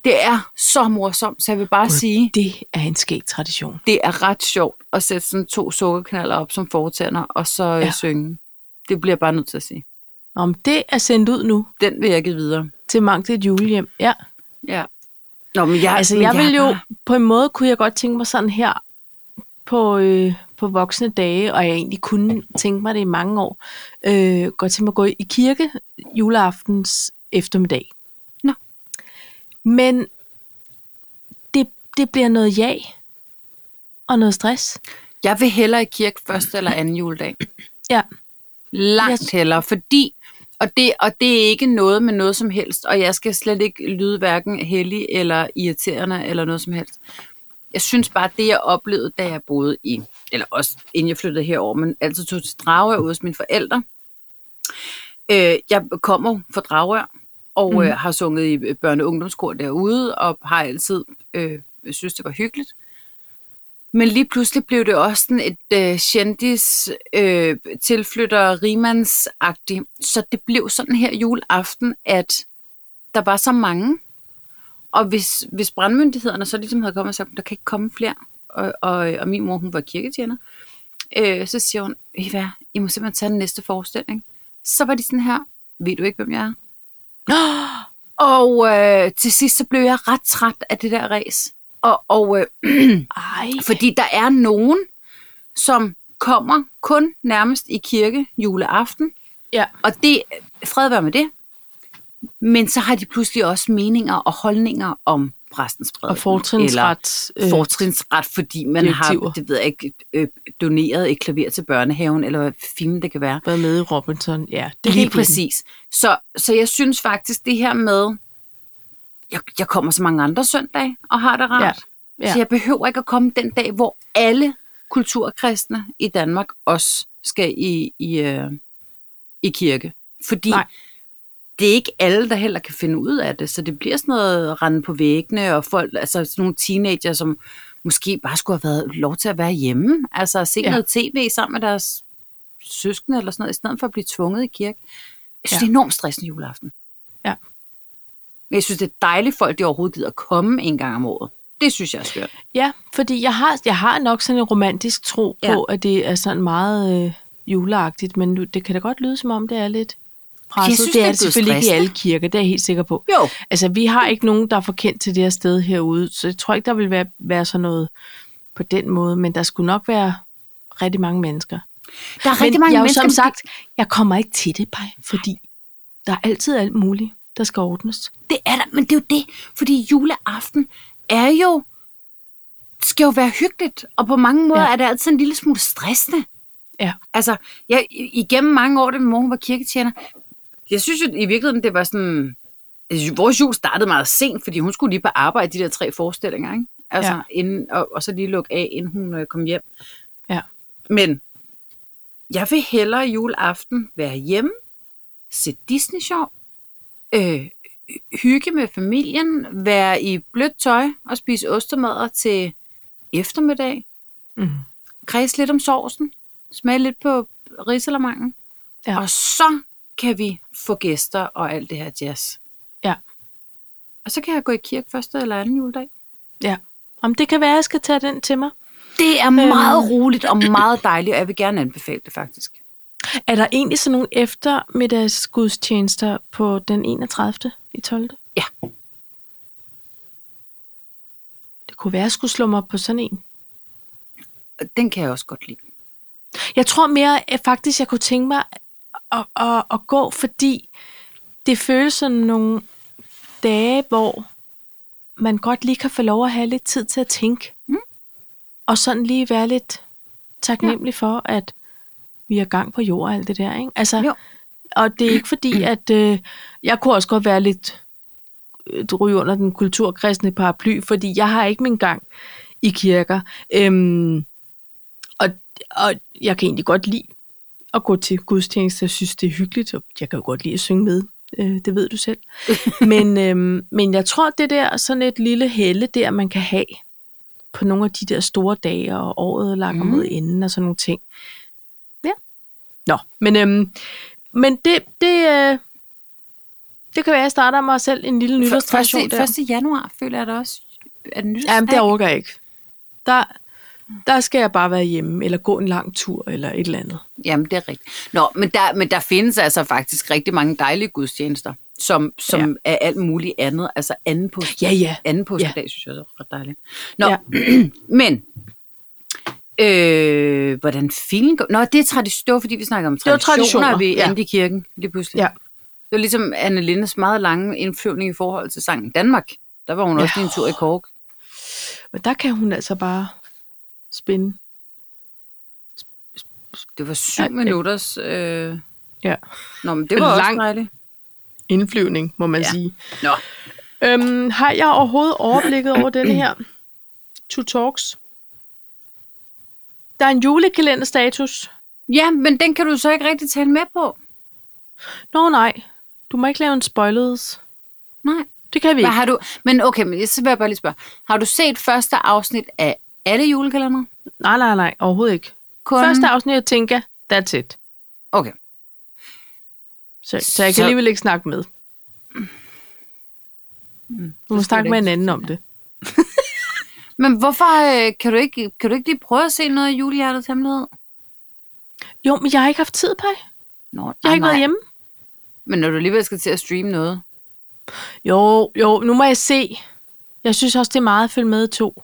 [SPEAKER 2] Det er så morsomt, så jeg vil bare sige,
[SPEAKER 1] Det er en skæg tradition.
[SPEAKER 2] det er ret sjovt at sætte sådan to sukkerknaller op som fortænder, og så ja.
[SPEAKER 1] Ja.
[SPEAKER 2] synge. Det bliver jeg bare nødt til at sige.
[SPEAKER 1] Om det er sendt ud nu
[SPEAKER 2] Den vil jeg give videre.
[SPEAKER 1] til mange et julehjem. Ja.
[SPEAKER 2] Ja. Nå, men jeg,
[SPEAKER 1] Altså,
[SPEAKER 2] men
[SPEAKER 1] jeg vil
[SPEAKER 2] er
[SPEAKER 1] jo,
[SPEAKER 2] bare-
[SPEAKER 1] på en måde kunne jeg godt tænke mig sådan her på, øh, på voksne dage, og jeg egentlig kunne tænke mig det i mange år, øh, godt tænke mig at gå i kirke juleaftens eftermiddag.
[SPEAKER 2] Nå.
[SPEAKER 1] Men det, det bliver noget ja og noget stress.
[SPEAKER 2] Jeg vil hellere i kirke første eller anden juledag.
[SPEAKER 1] Ja.
[SPEAKER 2] Langt
[SPEAKER 1] Jeg-
[SPEAKER 2] hellere, fordi... Og det, og det er ikke noget med noget som helst, og jeg skal slet ikke lyde hverken heldig eller irriterende eller noget som helst. Jeg synes bare, at det jeg oplevede, da jeg boede i, eller også inden jeg flyttede herover, men altid tog til Dragør ude hos mine forældre. Øh, jeg kommer fra Dragør, og mm. øh, har sunget i børne- og ungdomskor derude, og har altid øh, synes, det var hyggeligt. Men lige pludselig blev det også sådan et øh, kendis øh, tilflytter rimandsagtigt. Så det blev sådan her juleaften, at der var så mange. Og hvis, hvis brandmyndighederne så ligesom havde kommet og sagt, der kan ikke komme flere, og, og, og min mor, hun var kirketjener, øh, så siger hun, ved I hvad, I må simpelthen tage den næste forestilling. Så var de sådan her, ved du ikke, hvem jeg er? Og øh, til sidst så blev jeg ret træt af det der race. Og, og øh,
[SPEAKER 1] Ej.
[SPEAKER 2] fordi der er nogen, som kommer kun nærmest i kirke juleaften,
[SPEAKER 1] Ja.
[SPEAKER 2] og det, fred være med det, men så har de pludselig også meninger og holdninger om præstens prædiken.
[SPEAKER 1] Og fortrinsret. øh,
[SPEAKER 2] Eller fortrinsret, fordi man
[SPEAKER 1] direktiver.
[SPEAKER 2] har, det ved jeg ikke, øh, doneret et klaver til børnehaven, eller hvad fanden det kan være.
[SPEAKER 1] været med i Robinson. Ja, det
[SPEAKER 2] Det
[SPEAKER 1] er
[SPEAKER 2] Lige
[SPEAKER 1] helt vildt.
[SPEAKER 2] præcis. Så, så jeg synes faktisk, det her med, jeg, jeg kommer så mange andre søndage og har det rart.
[SPEAKER 1] Ja, ja.
[SPEAKER 2] Så jeg behøver ikke at komme den dag, hvor alle kulturkristne i Danmark også skal i, i, øh, i kirke. Fordi
[SPEAKER 1] Nej.
[SPEAKER 2] Nej. det er ikke alle, der heller kan finde ud af det. Så det bliver sådan noget rende på væggene, og folk, altså sådan nogle teenager, som måske bare skulle have været lov til at være hjemme. Altså at se
[SPEAKER 1] Ja.
[SPEAKER 2] ja. noget tv sammen med deres søskende eller sådan noget, i stedet for at blive tvunget i kirke. Jeg synes,
[SPEAKER 1] Ja.
[SPEAKER 2] ja. det er enormt stressende juleaften.
[SPEAKER 1] Ja.
[SPEAKER 2] Men jeg synes, det er dejligt, folk de overhovedet gider at komme en gang om året. Det synes jeg er skørt.
[SPEAKER 1] Ja, fordi jeg har, jeg har nok sådan en romantisk tro ja.
[SPEAKER 2] Ja.
[SPEAKER 1] på, at det er sådan meget øh, juleagtigt, men nu, det kan da godt lyde, som om det er lidt presset.
[SPEAKER 2] Jeg synes,
[SPEAKER 1] det
[SPEAKER 2] det
[SPEAKER 1] er
[SPEAKER 2] er blevet
[SPEAKER 1] selvfølgelig ikke i alle
[SPEAKER 2] stressende.
[SPEAKER 1] kirker, det er jeg helt sikker på.
[SPEAKER 2] Jo.
[SPEAKER 1] Altså, vi har ikke nogen, der er forkendt til det her sted herude, så jeg tror ikke, der vil være, være sådan noget på den måde, men der skulle nok være rigtig mange mennesker.
[SPEAKER 2] Der er
[SPEAKER 1] Men
[SPEAKER 2] rigtig mange
[SPEAKER 1] jeg er jo
[SPEAKER 2] mennesker,
[SPEAKER 1] som
[SPEAKER 2] der-
[SPEAKER 1] sagt, jeg kommer ikke til det, Paj, fordi der er altid alt muligt, der skal ordnes.
[SPEAKER 2] Det er der, men det er jo det, fordi juleaften er jo, skal jo være hyggeligt, og på mange måder
[SPEAKER 1] Ja.
[SPEAKER 2] ja. er det altid en lille smule stressende.
[SPEAKER 1] Ja.
[SPEAKER 2] Altså, jeg, i- igennem mange år, da min mor hun var kirketjener, jeg synes jo i virkeligheden, det var sådan, altså, vores jul startede meget sent, fordi hun skulle lige på arbejde de der tre forestillinger, ikke? Altså,
[SPEAKER 1] Ja.
[SPEAKER 2] ja. inden, og, og så lige lukke af, inden hun øh, kom hjem.
[SPEAKER 1] Ja.
[SPEAKER 2] Men jeg vil hellere juleaften være hjemme, se Disney-show, øh, hygge med familien, være i blødt tøj og spise ostemadder til eftermiddag,
[SPEAKER 1] Mm.
[SPEAKER 2] kredse lidt om sovsen, smage lidt på risalamangen,
[SPEAKER 1] Ja.
[SPEAKER 2] ja. og så kan vi få gæster og alt det her jazz.
[SPEAKER 1] Ja.
[SPEAKER 2] Og så kan jeg gå i kirke første eller anden juledag.
[SPEAKER 1] Ja. Om det kan være, at jeg skal tage den til mig.
[SPEAKER 2] Det er meget roligt og meget dejligt, og jeg vil gerne anbefale det faktisk.
[SPEAKER 1] Er der egentlig sådan nogle eftermiddagsgudstjenester på den 31. i 12.
[SPEAKER 2] Ja.
[SPEAKER 1] Det kunne være, at jeg skulle slå mig på sådan en.
[SPEAKER 2] Og Den kan jeg også godt lide.
[SPEAKER 1] Jeg tror mere, at faktisk jeg kunne tænke mig at, at, at gå, fordi det føles som nogle dage, hvor man godt lige kan få lov at have lidt tid til at tænke.
[SPEAKER 2] Mm.
[SPEAKER 1] Og sådan lige være lidt taknemmelig for, at vi er gang på jord og alt det der. Ikke? Altså,
[SPEAKER 2] Jo.
[SPEAKER 1] Og det er ikke fordi, at øh, jeg kunne også godt være lidt øh, ryge under den kulturkristne paraply, fordi jeg har ikke min gang i kirker. Øhm, og, og jeg kan egentlig godt lide at gå til gudstjeneste. Jeg synes, det er hyggeligt, og jeg kan jo godt lide at synge med. Øh, det ved du selv. men, øhm, men jeg tror, det der sådan et lille helle der, man kan have på nogle af de der store dage, og året lakker mm.
[SPEAKER 2] Mm.
[SPEAKER 1] mod enden og sådan nogle ting. Ja. Nå, men, øhm, men det, det, øh, det kan være, at jeg starter mig selv en lille nytårstradition der.
[SPEAKER 2] 1. januar føler jeg da også. Er det
[SPEAKER 1] Jamen, det overgår jeg ikke. Der, der skal jeg bare være hjemme, eller gå en lang tur, eller et eller andet.
[SPEAKER 2] Jamen, det er rigtigt. Nå, men der, men der findes altså faktisk rigtig mange dejlige gudstjenester, som, som ja. er alt muligt andet. Altså anden på
[SPEAKER 1] Ja, ja.
[SPEAKER 2] anden
[SPEAKER 1] Ja.
[SPEAKER 2] påskedag, ja. synes jeg også er ret dejligt. Nå,
[SPEAKER 1] Ja.
[SPEAKER 2] ja. men... Øh, hvordan filen går... Nå, det er tradition, det var, fordi vi snakker om
[SPEAKER 1] var
[SPEAKER 2] traditioner,
[SPEAKER 1] traditioner,
[SPEAKER 2] ved
[SPEAKER 1] ja.
[SPEAKER 2] ja. i kirken lige pludselig.
[SPEAKER 1] Ja.
[SPEAKER 2] Det var ligesom Anne Lindes meget lange indflyvning i forhold til sangen Danmark. Der var hun også
[SPEAKER 1] Ja.
[SPEAKER 2] ja. en tur i Kork.
[SPEAKER 1] Men der kan hun altså bare spinde.
[SPEAKER 2] Det var
[SPEAKER 1] Ja,
[SPEAKER 2] syv ja,
[SPEAKER 1] ja.
[SPEAKER 2] minutters... Øh...
[SPEAKER 1] Ja.
[SPEAKER 2] Nå, men det var
[SPEAKER 1] Lang-
[SPEAKER 2] også dejligt.
[SPEAKER 1] Indflyvning, må man ja.
[SPEAKER 2] Ja.
[SPEAKER 1] sige.
[SPEAKER 2] Nå.
[SPEAKER 1] Øhm, har jeg overhovedet overblikket over den her To Talks? Der er en julekalenderstatus.
[SPEAKER 2] Ja, men den kan du så ikke rigtig tale med på.
[SPEAKER 1] Nå nej, du må ikke lave en spoilers.
[SPEAKER 2] Nej.
[SPEAKER 1] Det kan vi
[SPEAKER 2] Hvad
[SPEAKER 1] ikke.
[SPEAKER 2] har du, men okay, men så vil jeg bare lige spørge. Har du set første afsnit af alle julekalender?
[SPEAKER 1] Nej, nej, nej, overhovedet ikke.
[SPEAKER 2] Kun...
[SPEAKER 1] Første afsnit, jeg tænker, that's it.
[SPEAKER 2] Okay.
[SPEAKER 1] Så, så jeg kan
[SPEAKER 2] Så-
[SPEAKER 1] alligevel ikke snakke med. Du må
[SPEAKER 2] det skal
[SPEAKER 1] snakke
[SPEAKER 2] jeg
[SPEAKER 1] med
[SPEAKER 2] ikke
[SPEAKER 1] hinanden om det.
[SPEAKER 2] Men hvorfor øh, kan, du ikke, kan du ikke lige prøve at se noget af julehjertets hemmelighed?
[SPEAKER 1] Jo, men jeg har ikke haft tid, Paj.
[SPEAKER 2] Nå,
[SPEAKER 1] Jeg har ikke været hjemme.
[SPEAKER 2] Men når du alligevel skal til at streame noget.
[SPEAKER 1] Jo, jo, nu må jeg se. Jeg synes også, det er meget at følge med i to.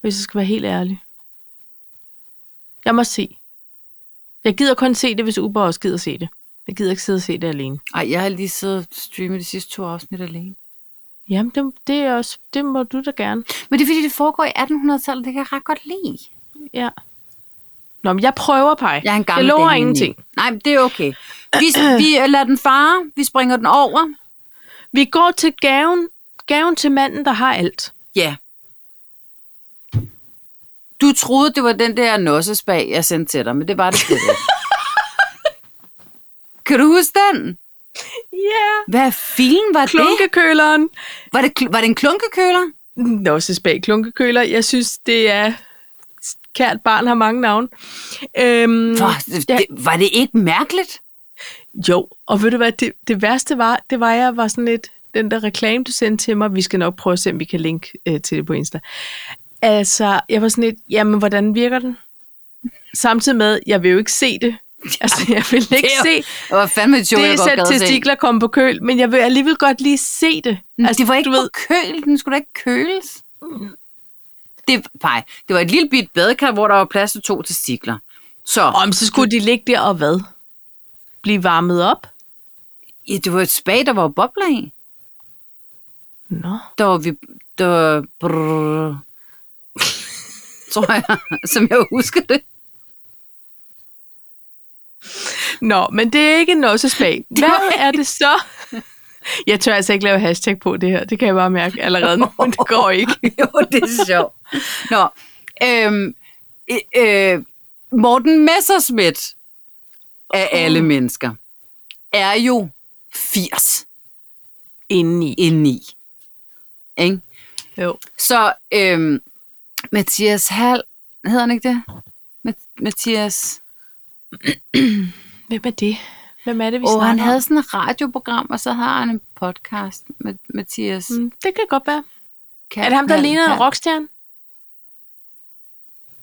[SPEAKER 1] Hvis jeg skal være helt ærlig. Jeg må se. Jeg gider kun se det, hvis Uber også gider se det. Jeg gider ikke sidde og se det alene.
[SPEAKER 2] Ej, jeg har lige siddet og streamet de sidste to afsnit alene.
[SPEAKER 1] Jamen, det, det, er også, det må du da gerne.
[SPEAKER 2] Men det er fordi, det foregår i 1800-tallet, det kan jeg ret godt lide.
[SPEAKER 1] Ja. Nå, men jeg prøver, Paj.
[SPEAKER 2] Jeg er en gammel
[SPEAKER 1] Jeg lover
[SPEAKER 2] dame,
[SPEAKER 1] ingenting.
[SPEAKER 2] Nick. Nej, men det er okay. Vi, vi lader den fare, vi springer den over.
[SPEAKER 1] Vi går til gaven, gaven til manden, der har alt.
[SPEAKER 2] Ja. Du troede, det var den der nossespag, jeg sendte til dig, men det var det slet ikke. kan du huske den?
[SPEAKER 1] Ja. Yeah.
[SPEAKER 2] Hvad filen var det?
[SPEAKER 1] Klunkekøleren.
[SPEAKER 2] Var det, kl- var det en klunkekøler?
[SPEAKER 1] Mm. Nå, så spag klunkekøler. Jeg synes, det er... Kært barn har mange navne. Øhm,
[SPEAKER 2] For, det,
[SPEAKER 1] ja.
[SPEAKER 2] det, var det ikke mærkeligt?
[SPEAKER 1] Jo, og ved du hvad, det, det værste var, det var, jeg var sådan lidt, den der reklame, du sendte til mig, vi skal nok prøve at se, om vi kan linke øh, til det på Insta. Altså, jeg var sådan lidt, jamen, hvordan virker den? Samtidig med, jeg vil jo ikke se det. Altså, jeg vil ikke
[SPEAKER 2] Det er
[SPEAKER 1] se
[SPEAKER 2] jo- Det var fandme et show,
[SPEAKER 1] det
[SPEAKER 2] jeg godt
[SPEAKER 1] er
[SPEAKER 2] gad at se.
[SPEAKER 1] testikler komme på køl, men jeg vil alligevel godt lige se det.
[SPEAKER 2] Altså, det var ikke
[SPEAKER 1] du ved,
[SPEAKER 2] på køl, den skulle da ikke køles. Det, nej, det var et lille bit badekar, hvor der var plads til to testikler. Så
[SPEAKER 1] om så skulle de ligge der og hvad? Blive varmet op?
[SPEAKER 2] ja, det var et spag, der var bobler i.
[SPEAKER 1] Nå.
[SPEAKER 2] Der var vi... Der var, brrr, tror jeg, som jeg husker det.
[SPEAKER 1] Nå, men det er ikke en nossespag. Hvad er det så? Jeg tør altså ikke lave hashtag på det her. Det kan jeg bare mærke allerede nu. men Det går ikke.
[SPEAKER 2] jo, det er sjovt. Nå, øhm, øh, øh, Morten Messerschmidt af alle mennesker er jo 80
[SPEAKER 1] Indeni.
[SPEAKER 2] indeni. Ikke?
[SPEAKER 1] Jo.
[SPEAKER 2] Så øhm, Mathias Hall, hedder han ikke det? Ma- Mathias.
[SPEAKER 1] Hvem er det? Hvem er det, vi
[SPEAKER 2] Og
[SPEAKER 1] snakker
[SPEAKER 2] han havde
[SPEAKER 1] om?
[SPEAKER 2] sådan et radioprogram, og så har han en podcast med Mathias. Mm.
[SPEAKER 1] Mm, det kan godt være. Er det ham, der ligner en rockstjerne?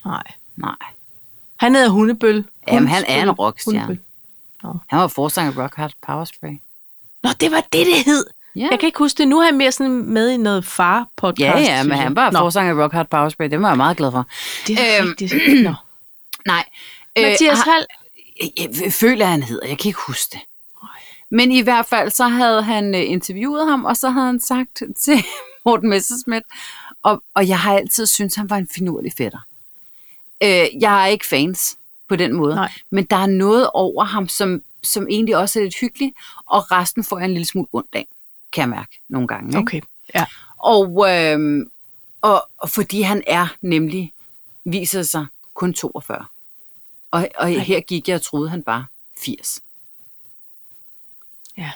[SPEAKER 1] Nej.
[SPEAKER 2] Nej.
[SPEAKER 1] Han hedder Hundebøl.
[SPEAKER 2] Jamen, han er en
[SPEAKER 1] Hundebøl.
[SPEAKER 2] rockstjerne.
[SPEAKER 1] Hundebøl.
[SPEAKER 2] Han var forsanger af Rock Hard Power Spray.
[SPEAKER 1] Nå, det var det, det hed.
[SPEAKER 2] Ja,
[SPEAKER 1] Jeg kan ikke huske det. Nu er han mere sådan med i noget far-podcast.
[SPEAKER 2] ja, ja men
[SPEAKER 1] synes jeg.
[SPEAKER 2] han var
[SPEAKER 1] Nå,
[SPEAKER 2] forsanger af Rock Hard Power Spray. Det var jeg meget glad for.
[SPEAKER 1] det er
[SPEAKER 2] Øhm,
[SPEAKER 1] rigtigt. Nå.
[SPEAKER 2] Nej. Øh,
[SPEAKER 1] Mathias Hall.
[SPEAKER 2] jeg, jeg føler, han hedder. Jeg kan ikke huske det. Men i hvert fald, så havde han øh, interviewet ham, og så havde han sagt til Morten Messerschmidt, og, og jeg har altid syntes, han var en finurlig fætter. Øh, jeg er ikke fans på den måde,
[SPEAKER 1] Nej.
[SPEAKER 2] men der er noget over ham, som, som egentlig også er lidt hyggelig, og resten får jeg en lille smule ondt af, kan jeg mærke nogle gange. Ikke?
[SPEAKER 1] Okay, ja.
[SPEAKER 2] Og, øh, og, og fordi han er nemlig, viser sig kun 42. Og, og her gik jeg og troede, han var 80.
[SPEAKER 1] ja.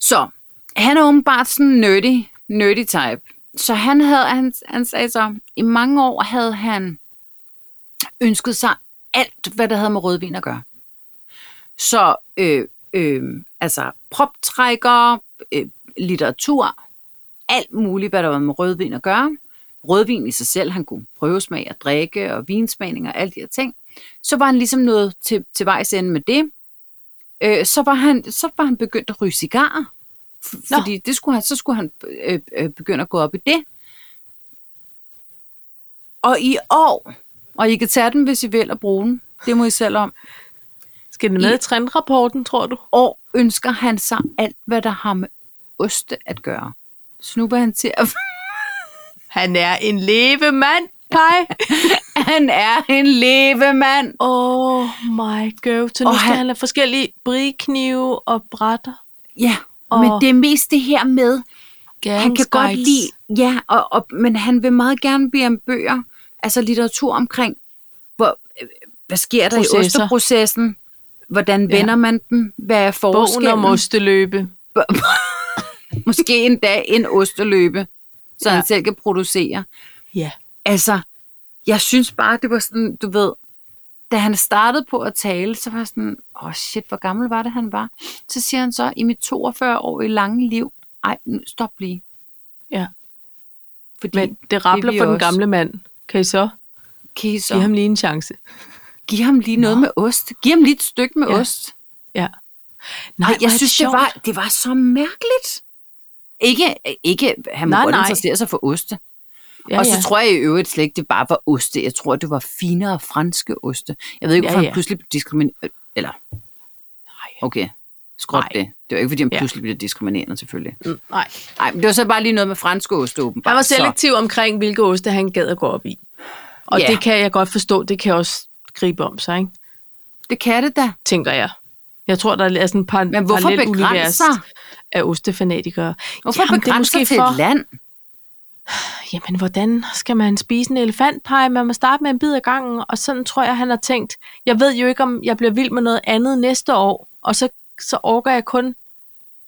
[SPEAKER 2] Så han er åbenbart sådan en nerdy, nerdy type. Så han, havde, han, han sagde så, i mange år havde han ønsket sig alt, hvad der havde med rødvin at gøre. Så øh, øh, altså proptrækker, øh, litteratur, alt muligt, hvad der var med rødvin at gøre. Rødvin i sig selv, han kunne prøvesmag og drikke og vinsmagning og alle de her ting. Så var han ligesom nået til, til vejs ende med det. Øh, så, var han, så var han begyndt at ryge cigarer. F-
[SPEAKER 1] Nå.
[SPEAKER 2] fordi det skulle han, så skulle han øh, øh, begynde at gå op i det. Og i år, og I kan tage den, hvis I vil at bruge den, det må I selv om,
[SPEAKER 1] Skal den med i trendrapporten, tror du?
[SPEAKER 2] år ønsker han sig alt, hvad der har med oste at gøre. Så nu vil han til at
[SPEAKER 1] Han er en levemand, Pej.
[SPEAKER 2] Han er en levemand.
[SPEAKER 1] Oh my god. Så nu
[SPEAKER 2] Og
[SPEAKER 1] skal
[SPEAKER 2] han-
[SPEAKER 1] han have forskellige briknive og brætter.
[SPEAKER 2] Ja,
[SPEAKER 1] Og-
[SPEAKER 2] og men det er mest det her med, han kan
[SPEAKER 1] Gangs
[SPEAKER 2] godt
[SPEAKER 1] guides.
[SPEAKER 2] lide, ja, og, og, men han vil meget gerne bede om bøger, altså litteratur omkring, hvor, øh, hvad sker der Processer. i
[SPEAKER 1] Processer.
[SPEAKER 2] osteprocessen? Hvordan vender ja. man den? Hvad er
[SPEAKER 1] Bogen
[SPEAKER 2] forskellen?
[SPEAKER 1] om osteløbe.
[SPEAKER 2] Måske en dag en osteløbe, så ja.
[SPEAKER 1] Ja.
[SPEAKER 2] han selv kan producere.
[SPEAKER 1] Ja.
[SPEAKER 2] Altså, jeg synes bare, det var sådan, du ved, da han startede på at tale, så var jeg sådan, åh oh shit, hvor gammel var det, han var? Så siger han så, i mit 42 år i lange liv, ej, nu stop lige.
[SPEAKER 1] Ja.
[SPEAKER 2] Fordi,
[SPEAKER 1] Men
[SPEAKER 2] Men,
[SPEAKER 1] det rabler
[SPEAKER 2] vi
[SPEAKER 1] for den
[SPEAKER 2] også.
[SPEAKER 1] gamle mand. Kan I så
[SPEAKER 2] kan I så
[SPEAKER 1] give ham lige en chance?
[SPEAKER 2] give ham lige noget med ost? Giv ham lige et stykke med
[SPEAKER 1] Ja.
[SPEAKER 2] ost?
[SPEAKER 1] Ja.
[SPEAKER 2] Nej,
[SPEAKER 1] hvor er
[SPEAKER 2] jeg synes, det
[SPEAKER 1] sjovt.
[SPEAKER 2] var, det var så mærkeligt. Ikke, ikke han må
[SPEAKER 1] Nej,
[SPEAKER 2] godt
[SPEAKER 1] nej.
[SPEAKER 2] interessere sig for oste.
[SPEAKER 1] Ja,
[SPEAKER 2] Ja, og så
[SPEAKER 1] ja.
[SPEAKER 2] ja. tror jeg i øvrigt slet ikke, det bare var oste. Jeg tror, det var finere franske oste. Jeg ved ikke,
[SPEAKER 1] Ja,
[SPEAKER 2] hvorfor ja, ja.
[SPEAKER 1] ja.
[SPEAKER 2] han pludselig blev diskrimineret. Eller, okay, skråt
[SPEAKER 1] Nej.
[SPEAKER 2] det. Det var ikke, fordi han
[SPEAKER 1] Ja.
[SPEAKER 2] ja. pludselig blev diskrimineret, selvfølgelig.
[SPEAKER 1] Mm, Nej.
[SPEAKER 2] Nej, men det var så bare lige noget med franske oste, åbenbart.
[SPEAKER 1] Han var
[SPEAKER 2] Så-
[SPEAKER 1] selektiv så. omkring, hvilke oste han gad at gå op i. Og
[SPEAKER 2] Ja.
[SPEAKER 1] det kan jeg godt forstå, det kan også gribe om sig, ikke?
[SPEAKER 2] Det kan det da.
[SPEAKER 1] tænker jeg. Jeg tror, der er sådan et par
[SPEAKER 2] Men hvorfor
[SPEAKER 1] parallelt univers
[SPEAKER 2] begrænse sig?
[SPEAKER 1] af ostefanatikere.
[SPEAKER 2] Hvorfor
[SPEAKER 1] Jamen, det er
[SPEAKER 2] begrænse sig
[SPEAKER 1] måske
[SPEAKER 2] til
[SPEAKER 1] for-
[SPEAKER 2] et land?
[SPEAKER 1] Jamen, hvordan skal man spise en elefantpej? Man må starte med en bid af gangen, og sådan tror jeg, han har tænkt. Jeg ved jo ikke, om jeg bliver vild med noget andet næste år, og så, så orker jeg kun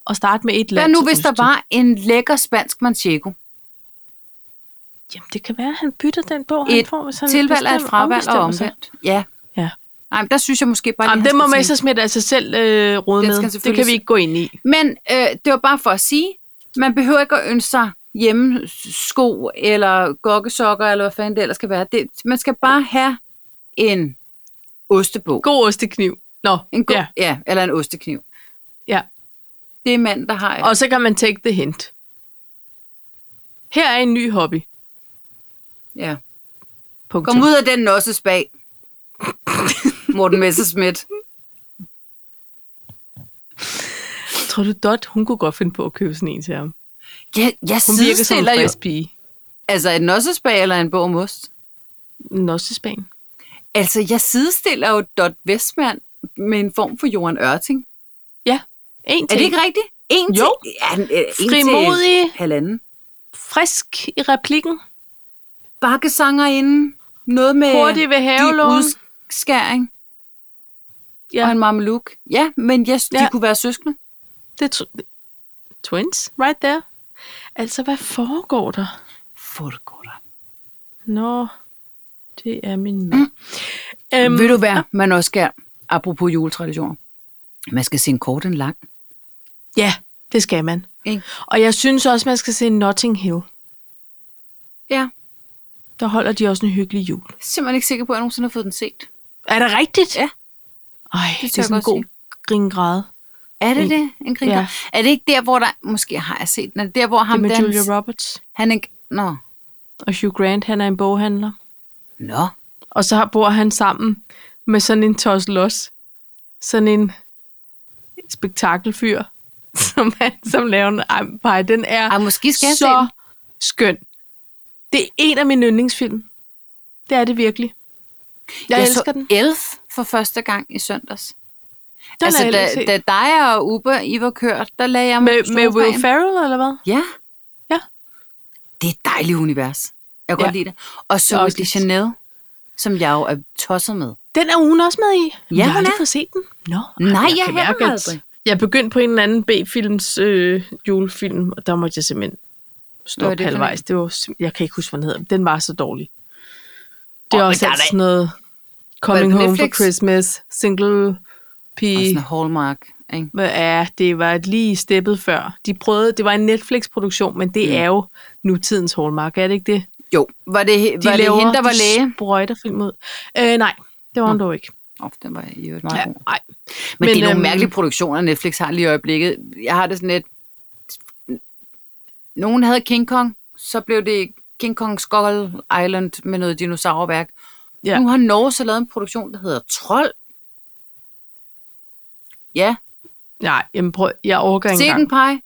[SPEAKER 1] at starte med et land.
[SPEAKER 2] Hvad nu,
[SPEAKER 1] til
[SPEAKER 2] hvis der
[SPEAKER 1] oste?
[SPEAKER 2] var en lækker spansk manchego?
[SPEAKER 1] Jamen, det kan være, at han bytter den bog, han
[SPEAKER 2] Et
[SPEAKER 1] får, hvis han
[SPEAKER 2] tilvalg er et
[SPEAKER 1] bestemmer-
[SPEAKER 2] fravalg og
[SPEAKER 1] ombestemmer sig.
[SPEAKER 2] omvendt. Ja.
[SPEAKER 1] Ja.
[SPEAKER 2] Nej, men der synes jeg måske bare...
[SPEAKER 1] Jamen,
[SPEAKER 2] lige,
[SPEAKER 1] det må
[SPEAKER 2] han skal tænke-
[SPEAKER 1] Messersmith altså selv øh, rode
[SPEAKER 2] Den skal
[SPEAKER 1] med.
[SPEAKER 2] han
[SPEAKER 1] Det
[SPEAKER 2] selvfølgelig
[SPEAKER 1] kan vi ikke gå ind i.
[SPEAKER 2] Men øh, det var bare for at sige, man behøver ikke at ønske sig hjemme sko eller gokkesokker, eller hvad fanden det ellers skal være. Det, man skal bare have en ostebog.
[SPEAKER 1] God ostekniv. Nå,
[SPEAKER 2] En god,
[SPEAKER 1] ja.
[SPEAKER 2] ja. ja. eller en ostekniv.
[SPEAKER 1] ja.
[SPEAKER 2] Det er mand, der har...
[SPEAKER 1] Og så kan man take the hint. Her er en ny hobby.
[SPEAKER 2] ja.
[SPEAKER 1] Punktum.
[SPEAKER 2] Kom ud af den nosses bag. Morten Messerschmidt.
[SPEAKER 1] Tror du, Dot, hun kunne godt finde på at købe sådan en til ham?
[SPEAKER 2] Jeg,
[SPEAKER 1] Hun
[SPEAKER 2] jeg
[SPEAKER 1] virker som en
[SPEAKER 2] sidestiller jo...
[SPEAKER 1] frisk pige.
[SPEAKER 2] Altså, en nossespag eller en bog om ost?
[SPEAKER 1] Nossespan.
[SPEAKER 2] Altså, jeg sidestiller jo Dot Vestmand med en form for Johan Ørting.
[SPEAKER 1] Ja, en
[SPEAKER 2] Er
[SPEAKER 1] ting.
[SPEAKER 2] det ikke rigtigt? En
[SPEAKER 1] Jo.
[SPEAKER 2] til, ja, øh, en, en til
[SPEAKER 1] Frimodig,
[SPEAKER 2] halvanden.
[SPEAKER 1] frisk i replikken,
[SPEAKER 2] Bakkesanger inden. Noget med
[SPEAKER 1] hurtig ved havelån.
[SPEAKER 2] din udskæring
[SPEAKER 1] Ja.
[SPEAKER 2] ja. og en mameluk. Ja, men jeg, de
[SPEAKER 1] Ja.
[SPEAKER 2] ja. kunne være søskende.
[SPEAKER 1] Det er tw- twins, right there. Altså, hvad foregår der?
[SPEAKER 2] Foregår der.
[SPEAKER 1] Nå, det er min mand. Mm.
[SPEAKER 2] Ved du hvad, man også skal, apropos juletraditioner, man skal se en kort en lang.
[SPEAKER 1] Ja, det skal man.
[SPEAKER 2] Ikke?
[SPEAKER 1] Og jeg synes også, man skal se Notting Hill.
[SPEAKER 2] Ja,
[SPEAKER 1] Der holder de også en hyggelig jul.
[SPEAKER 2] simpelthen ikke sikker på, at jeg nogensinde har fået den set.
[SPEAKER 1] Er det rigtigt?
[SPEAKER 2] Ja.
[SPEAKER 1] Ej,
[SPEAKER 2] Det
[SPEAKER 1] det,
[SPEAKER 2] tør
[SPEAKER 1] det er
[SPEAKER 2] jeg
[SPEAKER 1] sådan en god
[SPEAKER 2] godt
[SPEAKER 1] gringrad.
[SPEAKER 2] Er det
[SPEAKER 1] Ikke?
[SPEAKER 2] det, en kringer?
[SPEAKER 1] Ja.
[SPEAKER 2] Ja. Er det ikke der, hvor der... Måske har jeg set den. Er det der, hvor ham
[SPEAKER 1] Det med
[SPEAKER 2] dans,
[SPEAKER 1] Julia Roberts.
[SPEAKER 2] han ikke... Nå.
[SPEAKER 1] Og Hugh Grant, han er en boghandler.
[SPEAKER 2] Nå.
[SPEAKER 1] Og så har- bor han sammen med sådan en Tos Los. Sådan en spektakelfyr, som, han, som laver en ej, Den er
[SPEAKER 2] Ej, måske skal jeg se
[SPEAKER 1] så
[SPEAKER 2] den.
[SPEAKER 1] skøn. Det er en af mine yndlingsfilm. Det er det virkelig. Jeg, jeg elsker
[SPEAKER 2] så
[SPEAKER 1] den. Den
[SPEAKER 2] Elf for første gang i søndags.
[SPEAKER 1] har
[SPEAKER 2] altså,
[SPEAKER 1] jeg ellers
[SPEAKER 2] da,
[SPEAKER 1] set.
[SPEAKER 2] da dig og Uber, I var kørt, der lagde jeg mig på
[SPEAKER 1] med, med
[SPEAKER 2] sofaen.
[SPEAKER 1] Will Ferrell, eller hvad?
[SPEAKER 2] Ja.
[SPEAKER 1] Ja.
[SPEAKER 2] Det er et dejligt univers. Jeg kan
[SPEAKER 1] Ja.
[SPEAKER 2] godt lide det. Og
[SPEAKER 1] Jeg er
[SPEAKER 2] Zoe
[SPEAKER 1] også
[SPEAKER 2] de
[SPEAKER 1] lidt-
[SPEAKER 2] Chanel, som jeg jo er tosset med.
[SPEAKER 1] Den er hun også med i.
[SPEAKER 2] Ja,
[SPEAKER 1] jeg har
[SPEAKER 2] hun
[SPEAKER 1] aldrig
[SPEAKER 2] er.
[SPEAKER 1] fået set den. Nå,
[SPEAKER 2] Nej, jeg
[SPEAKER 1] kan
[SPEAKER 2] heller
[SPEAKER 1] mærke, at
[SPEAKER 2] aldrig.
[SPEAKER 1] Jeg begyndte på en eller anden B-films øh, julefilm, og der måtte jeg simpelthen
[SPEAKER 2] Hvad var
[SPEAKER 1] stoppe
[SPEAKER 2] det for
[SPEAKER 1] halvvejs. Det var, sim- jeg kan ikke huske, hvad den hedder. men Den var så dårlig. Det er
[SPEAKER 2] Åh,
[SPEAKER 1] også
[SPEAKER 2] men der er
[SPEAKER 1] alt
[SPEAKER 2] da-
[SPEAKER 1] sådan noget Coming
[SPEAKER 2] på
[SPEAKER 1] Home
[SPEAKER 2] Netflix?
[SPEAKER 1] for Christmas, Single
[SPEAKER 2] Og sådan
[SPEAKER 1] Pige.
[SPEAKER 2] en hallmark. Ikke?
[SPEAKER 1] Hvad er, det var et lige steppet før. De prøvede, det var en Netflix-produktion, men det
[SPEAKER 2] Mm.
[SPEAKER 1] er jo nutidens hallmark, er det ikke det?
[SPEAKER 2] Jo, var det,
[SPEAKER 1] De
[SPEAKER 2] var det hende, der var
[SPEAKER 1] de
[SPEAKER 2] læge?
[SPEAKER 1] sprøjter film ud. Øh, nej, det var hun dog ikke.
[SPEAKER 2] Oh, den var i øvrigt meget
[SPEAKER 1] Ja,
[SPEAKER 2] god.
[SPEAKER 1] nej.
[SPEAKER 2] Men, Men det er nogle
[SPEAKER 1] øhm,
[SPEAKER 2] mærkelige produktioner, Netflix har lige i øjeblikket. Jeg har det sådan lidt... Nogen havde King Kong, så blev det King Kong Skull Island med noget dinosaurværk.
[SPEAKER 1] Ja.
[SPEAKER 2] Ja. Nu har Norge så lavet en produktion, der hedder Trold. Ja,
[SPEAKER 1] Nej, jamen prøv, jeg overgår ikke
[SPEAKER 2] se
[SPEAKER 1] engang.
[SPEAKER 2] den pege.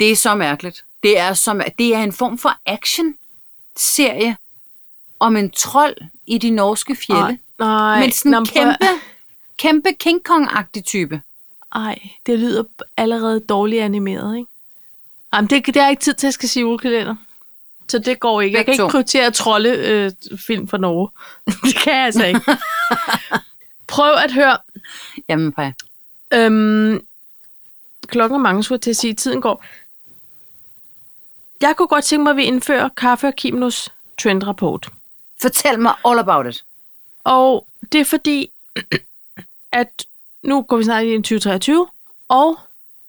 [SPEAKER 2] Det er så mærkeligt. Det er, så mær- det er en form for action-serie om en trold i de norske fjelle.
[SPEAKER 1] Nej,
[SPEAKER 2] Ej.
[SPEAKER 1] nej.
[SPEAKER 2] Men sådan en
[SPEAKER 1] nå, prøv-
[SPEAKER 2] kæmpe, kæmpe King Kong-agtig type.
[SPEAKER 1] Ej, det lyder allerede dårligt animeret, ikke? Jamen, det, det har jeg ikke tid til, at jeg skal sige julekalender. Så det går ikke. Jeg kan ikke
[SPEAKER 2] Begge to.
[SPEAKER 1] prioritere trolde øh, film fra Norge. det kan jeg altså ikke. Prøv at høre.
[SPEAKER 2] Jamen, pege.
[SPEAKER 1] Øhm, klokken er mange, skulle jeg til at sige. Tiden går. Jeg kunne godt tænke mig, at vi indfører kaffe og Kimnos trendrapport.
[SPEAKER 2] Fortæl mig all about it.
[SPEAKER 1] Og det er fordi, at nu går vi snart ind i 2023, og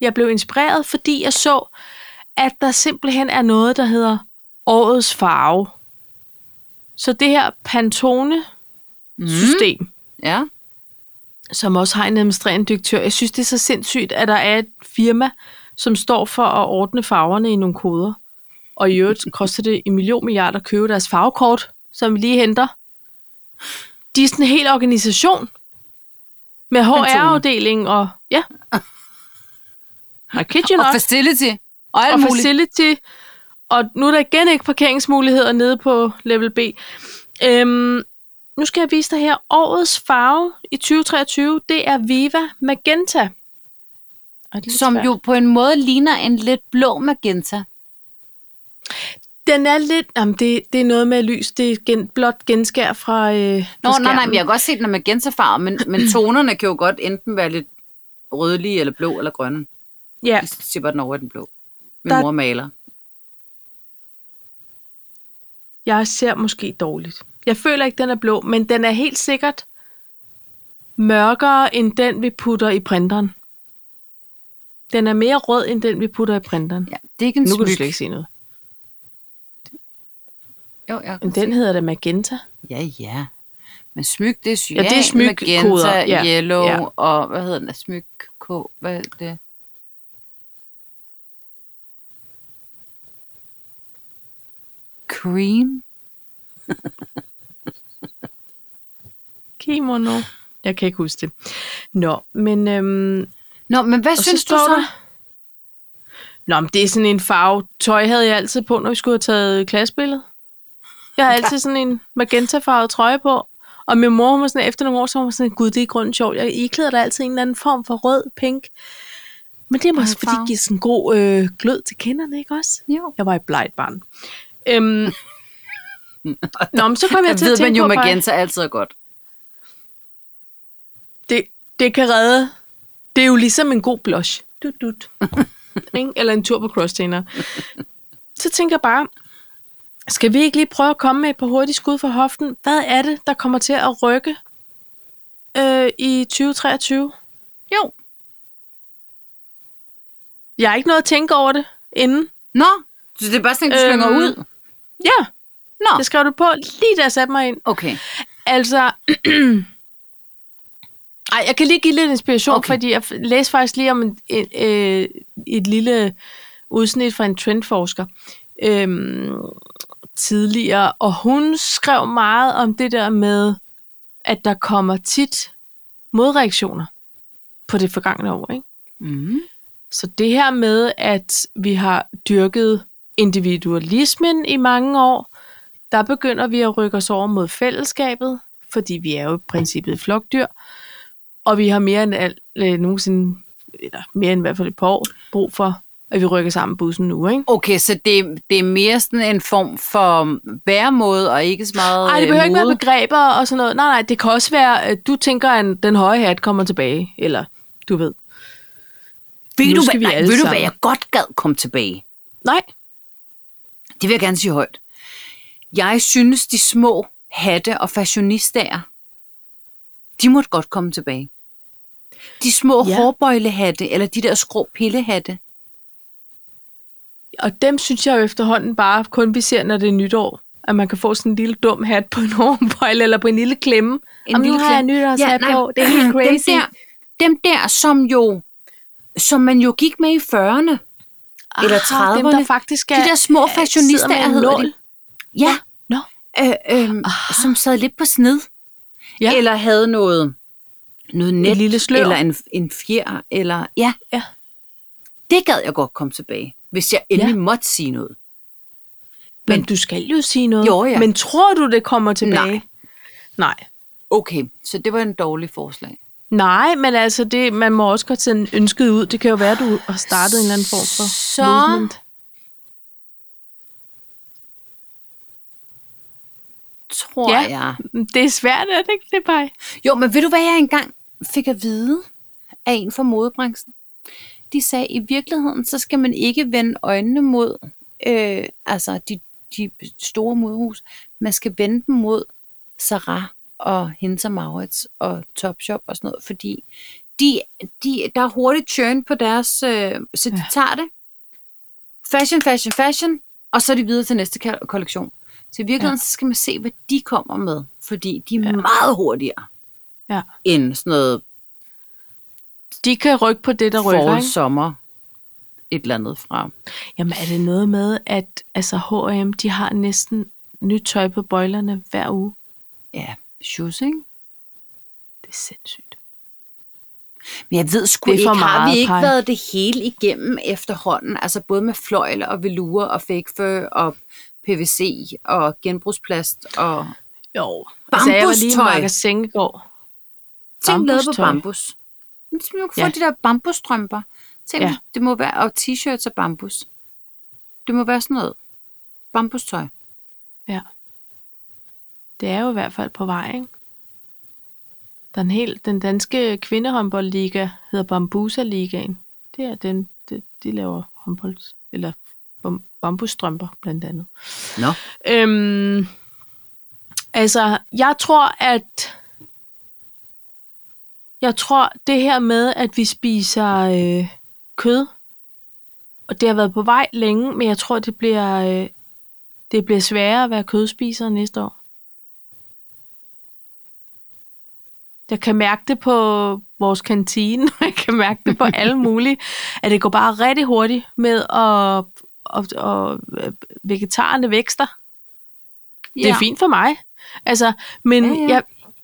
[SPEAKER 1] jeg blev inspireret, fordi jeg så, at der simpelthen er noget, der hedder årets farve. Så det her Pantone-system,
[SPEAKER 2] Mhm. Ja.
[SPEAKER 1] som også har en administrerende direktør, jeg synes, det er så sindssygt, at der er et firma, som står for at ordne farverne i nogle koder. Og i øvrigt koster det en million milliard at købe deres farvekort, som vi lige henter. De er sådan en hel organisation med HR-afdeling og... Ja. I kid you
[SPEAKER 2] Og
[SPEAKER 1] not.
[SPEAKER 2] facility. Og alt
[SPEAKER 1] og
[SPEAKER 2] muligt.
[SPEAKER 1] facility. Og nu er der igen ikke parkeringsmuligheder nede på level B. Øhm, nu skal jeg vise dig her. Årets farve i 2023, det er Viva Magenta. Ej, det er lidt
[SPEAKER 2] som
[SPEAKER 1] svært.
[SPEAKER 2] jo på en måde ligner en lidt blå magenta.
[SPEAKER 1] Den er lidt... Jamen, det, det er noget med lys. Det er gen, blot genskær fra, øh,
[SPEAKER 2] Nå,
[SPEAKER 1] fra
[SPEAKER 2] nej, nej,
[SPEAKER 1] skærmen.
[SPEAKER 2] men jeg kan godt se, den er magentafarvet, men, men tonerne kan jo godt enten være lidt rødlige, eller blå, eller grønne.
[SPEAKER 1] Ja,
[SPEAKER 2] Jeg tipper den over i den blå. Min
[SPEAKER 1] Der-
[SPEAKER 2] mor maler.
[SPEAKER 1] jeg ser måske dårligt. Jeg føler ikke, den er blå, men den er helt sikkert mørkere end den, vi putter i printeren. Den er mere rød end den, vi putter i printeren.
[SPEAKER 2] Ja, det er ikke en
[SPEAKER 1] Nu kan du
[SPEAKER 2] smyk.
[SPEAKER 1] slet ikke se noget.
[SPEAKER 2] Jo, jeg
[SPEAKER 1] Men
[SPEAKER 2] kan
[SPEAKER 1] den hedder da Magenta.
[SPEAKER 2] se. Ja, ja. Men smyk, det er cyan,
[SPEAKER 1] det er smykkoder,
[SPEAKER 2] magenta,
[SPEAKER 1] ja,
[SPEAKER 2] yellow,
[SPEAKER 1] ja.
[SPEAKER 2] og hvad hedder den? Smyk, K, hvad er det? Cream?
[SPEAKER 1] Kimono. Jeg kan ikke huske det. Nå, men... Øhm,
[SPEAKER 2] Nå, men hvad
[SPEAKER 1] og
[SPEAKER 2] synes du
[SPEAKER 1] står
[SPEAKER 2] så?
[SPEAKER 1] der- Nå, men det er sådan en farve. Tøj havde jeg altid på, når vi skulle have taget klassebilledet. Jeg har altid sådan en magentafarvet trøje på. Og min mor, hun var sådan, efter nogle år, så var hun var sådan, gud, det er grunden sjovt. Jeg iklæder dig altid en eller anden form for rød, pink. Men det er måske, fordi
[SPEAKER 2] farve.
[SPEAKER 1] det giver sådan en god øh, glød til kinderne, ikke også?
[SPEAKER 2] Jo.
[SPEAKER 1] Jeg var et blegt barn. Øhm, Nå, men så kom jeg
[SPEAKER 2] Jeg
[SPEAKER 1] til at
[SPEAKER 2] ved man
[SPEAKER 1] tænke
[SPEAKER 2] jo,
[SPEAKER 1] på, Freja.
[SPEAKER 2] magenta altid er godt.
[SPEAKER 1] det, det kan redde. Det er jo ligesom en god blush. Dut, dut. Ikke? Eller en tur på crosstrainer. Så tænker jeg bare, skal vi ikke lige prøve at komme med et par hurtige skud fra hoften? Hvad er det, der kommer til at rykke øh, i 2023?
[SPEAKER 2] Jo.
[SPEAKER 1] Jeg har ikke noget at tænke over det inden.
[SPEAKER 2] Nå, så det er bare sådan, du øhm, slynger
[SPEAKER 1] Øhm,
[SPEAKER 2] ud?
[SPEAKER 1] Ja,
[SPEAKER 2] Nå,
[SPEAKER 1] det skrev du på lige da jeg satte mig ind.
[SPEAKER 2] okay.
[SPEAKER 1] Altså, ej, jeg kan lige give lidt inspiration, okay.
[SPEAKER 2] Okay.
[SPEAKER 1] fordi jeg f- læste faktisk lige om en, en, øh, et lille udsnit fra en trendforsker øhm, tidligere, og hun skrev meget om det der med, at der kommer tit modreaktioner på det forgangne år. Ikke?
[SPEAKER 2] Mm.
[SPEAKER 1] Så det her med, at vi har dyrket individualismen i mange år, der begynder vi at rykke os over mod fællesskabet, fordi vi er jo i princippet flokdyr, og vi har mere end alt, øh, nogensinde, eller mere end i hvert fald et par år, brug for, at vi rykker sammen på bussen nu, ikke?
[SPEAKER 2] Okay, så det, det er mere sådan en form for væremåde, og ikke så meget
[SPEAKER 1] Nej, det
[SPEAKER 2] øh,
[SPEAKER 1] behøver ikke være
[SPEAKER 2] mode.
[SPEAKER 1] begreber og sådan noget. Nej, nej, det kan også være, at du tænker, at den høje hat kommer tilbage, eller du ved.
[SPEAKER 2] Ved
[SPEAKER 1] Nu
[SPEAKER 2] du,
[SPEAKER 1] skal
[SPEAKER 2] hvad,
[SPEAKER 1] vi
[SPEAKER 2] nej,
[SPEAKER 1] alle
[SPEAKER 2] ved du, hvad
[SPEAKER 1] sammen.
[SPEAKER 2] jeg godt gad komme tilbage?
[SPEAKER 1] Nej,
[SPEAKER 2] Det vil jeg gerne sige højt. Jeg synes, de små hatte og fashionistaer, de måtte godt komme tilbage. De små
[SPEAKER 1] Ja.
[SPEAKER 2] ja. hårbøjlehatte, eller de der skrå pillehatte.
[SPEAKER 1] og dem synes jeg jo efterhånden bare kun vi ser, når det er nytår. At man kan få sådan en lille dum hat på en hårbøjle eller på en lille klemme. En Jamen,
[SPEAKER 2] lille
[SPEAKER 1] nu har jeg
[SPEAKER 2] klem.
[SPEAKER 1] nytårshat ja, på. Det er helt crazy.
[SPEAKER 2] Dem der, dem der som jo, som man jo gik med i 40'erne. eller
[SPEAKER 1] Ah, dem, der
[SPEAKER 2] 30'erne.
[SPEAKER 1] faktisk er,
[SPEAKER 2] De der små
[SPEAKER 1] er-
[SPEAKER 2] fashionister,
[SPEAKER 1] øh, sidder med en
[SPEAKER 2] hedder
[SPEAKER 1] nål.
[SPEAKER 2] de. Ja.
[SPEAKER 1] Nå. Ah.
[SPEAKER 2] Øh, øh, som sad lidt på sned.
[SPEAKER 1] Ja.
[SPEAKER 2] Eller havde noget, noget net.
[SPEAKER 1] lille slør.
[SPEAKER 2] Eller en, en fjer. Eller, ja.
[SPEAKER 1] Ja.
[SPEAKER 2] Det gad jeg godt komme tilbage, hvis jeg endelig ja. måtte sige noget.
[SPEAKER 1] Men du skal jo sige noget.
[SPEAKER 2] Jo, ja.
[SPEAKER 1] Men tror du, det kommer tilbage?
[SPEAKER 2] Nej.
[SPEAKER 1] Nej.
[SPEAKER 2] Okay, så det var en dårlig forslag.
[SPEAKER 1] Nej, men altså, det, man må også godt sende ønsket ud. Det kan jo være, du har startet en eller anden form for
[SPEAKER 2] Så-
[SPEAKER 1] movement.
[SPEAKER 2] Tror
[SPEAKER 1] Ja.
[SPEAKER 2] ja. jeg.
[SPEAKER 1] Det er svært, er det ikke det, Paj?
[SPEAKER 2] Jo, men ved du, hvad jeg engang fik at vide af en fra modebranchen? De sagde, at i virkeligheden, så skal man ikke vende øjnene mod øh, altså de, de store modehus. Man skal vende dem mod Sarah og Hens og Maurits og Topshop og sådan noget, fordi de, de, der er hurtigt churn på deres, øh, så de
[SPEAKER 1] Ja.
[SPEAKER 2] ja. tager det. Fashion, fashion, fashion, og så er de videre til næste ka- kollektion. Så i virkeligheden, ja. så skal man se, hvad de kommer med, fordi de er ja. meget hurtigere
[SPEAKER 1] Ja.
[SPEAKER 2] end sådan noget
[SPEAKER 1] De kan rykke på det, der rykker,
[SPEAKER 2] forår,
[SPEAKER 1] ikke?
[SPEAKER 2] sommer. et eller andet fra.
[SPEAKER 1] Jamen er det noget med, at altså H&M, de har næsten nyt tøj på bøjlerne hver uge?
[SPEAKER 2] Ja, shoes, ikke?
[SPEAKER 1] Det er sindssygt.
[SPEAKER 2] Men jeg ved sgu
[SPEAKER 1] Det er
[SPEAKER 2] ikke,
[SPEAKER 1] for
[SPEAKER 2] har
[SPEAKER 1] meget,
[SPEAKER 2] vi ikke
[SPEAKER 1] Paj.
[SPEAKER 2] været det hele igennem efterhånden? Altså både med fløjl og velure og fake fur og PVC og genbrugsplast og
[SPEAKER 1] Jo. Altså, jeg var lige i
[SPEAKER 2] Bambustøj.
[SPEAKER 1] magasin i går.
[SPEAKER 2] ting lavet på
[SPEAKER 1] Bambustøj.
[SPEAKER 2] bambus. Men så man kan få
[SPEAKER 1] Ja.
[SPEAKER 2] de der bambusstrømper. Tænk,
[SPEAKER 1] Ja.
[SPEAKER 2] ja. det må være, og t-shirts af bambus. Det må være sådan noget bambustøj.
[SPEAKER 1] Ja. Det er jo i hvert fald på vej, ikke? Der er en hel, den danske kvindehåndboldliga hedder Bambusa Ligaen. Det er den, de, de laver håndbold, eller bam, bambusstrømper blandt andet.
[SPEAKER 2] Nå.
[SPEAKER 1] Øhm, altså, jeg tror, at jeg tror, det her med, at vi spiser øh, kød, og det har været på vej længe, men jeg tror, det bliver, øh, det bliver sværere at være kødspiser næste år. Jeg kan mærke det på vores kantine, og jeg kan mærke det på alle mulige, at det går bare rigtig hurtigt med, at, at, at, at vegetarerne vækster.
[SPEAKER 2] Ja.
[SPEAKER 1] Det er fint for mig. Altså, men,
[SPEAKER 2] Ja,
[SPEAKER 1] ja,
[SPEAKER 2] ja.
[SPEAKER 1] ja. Jeg,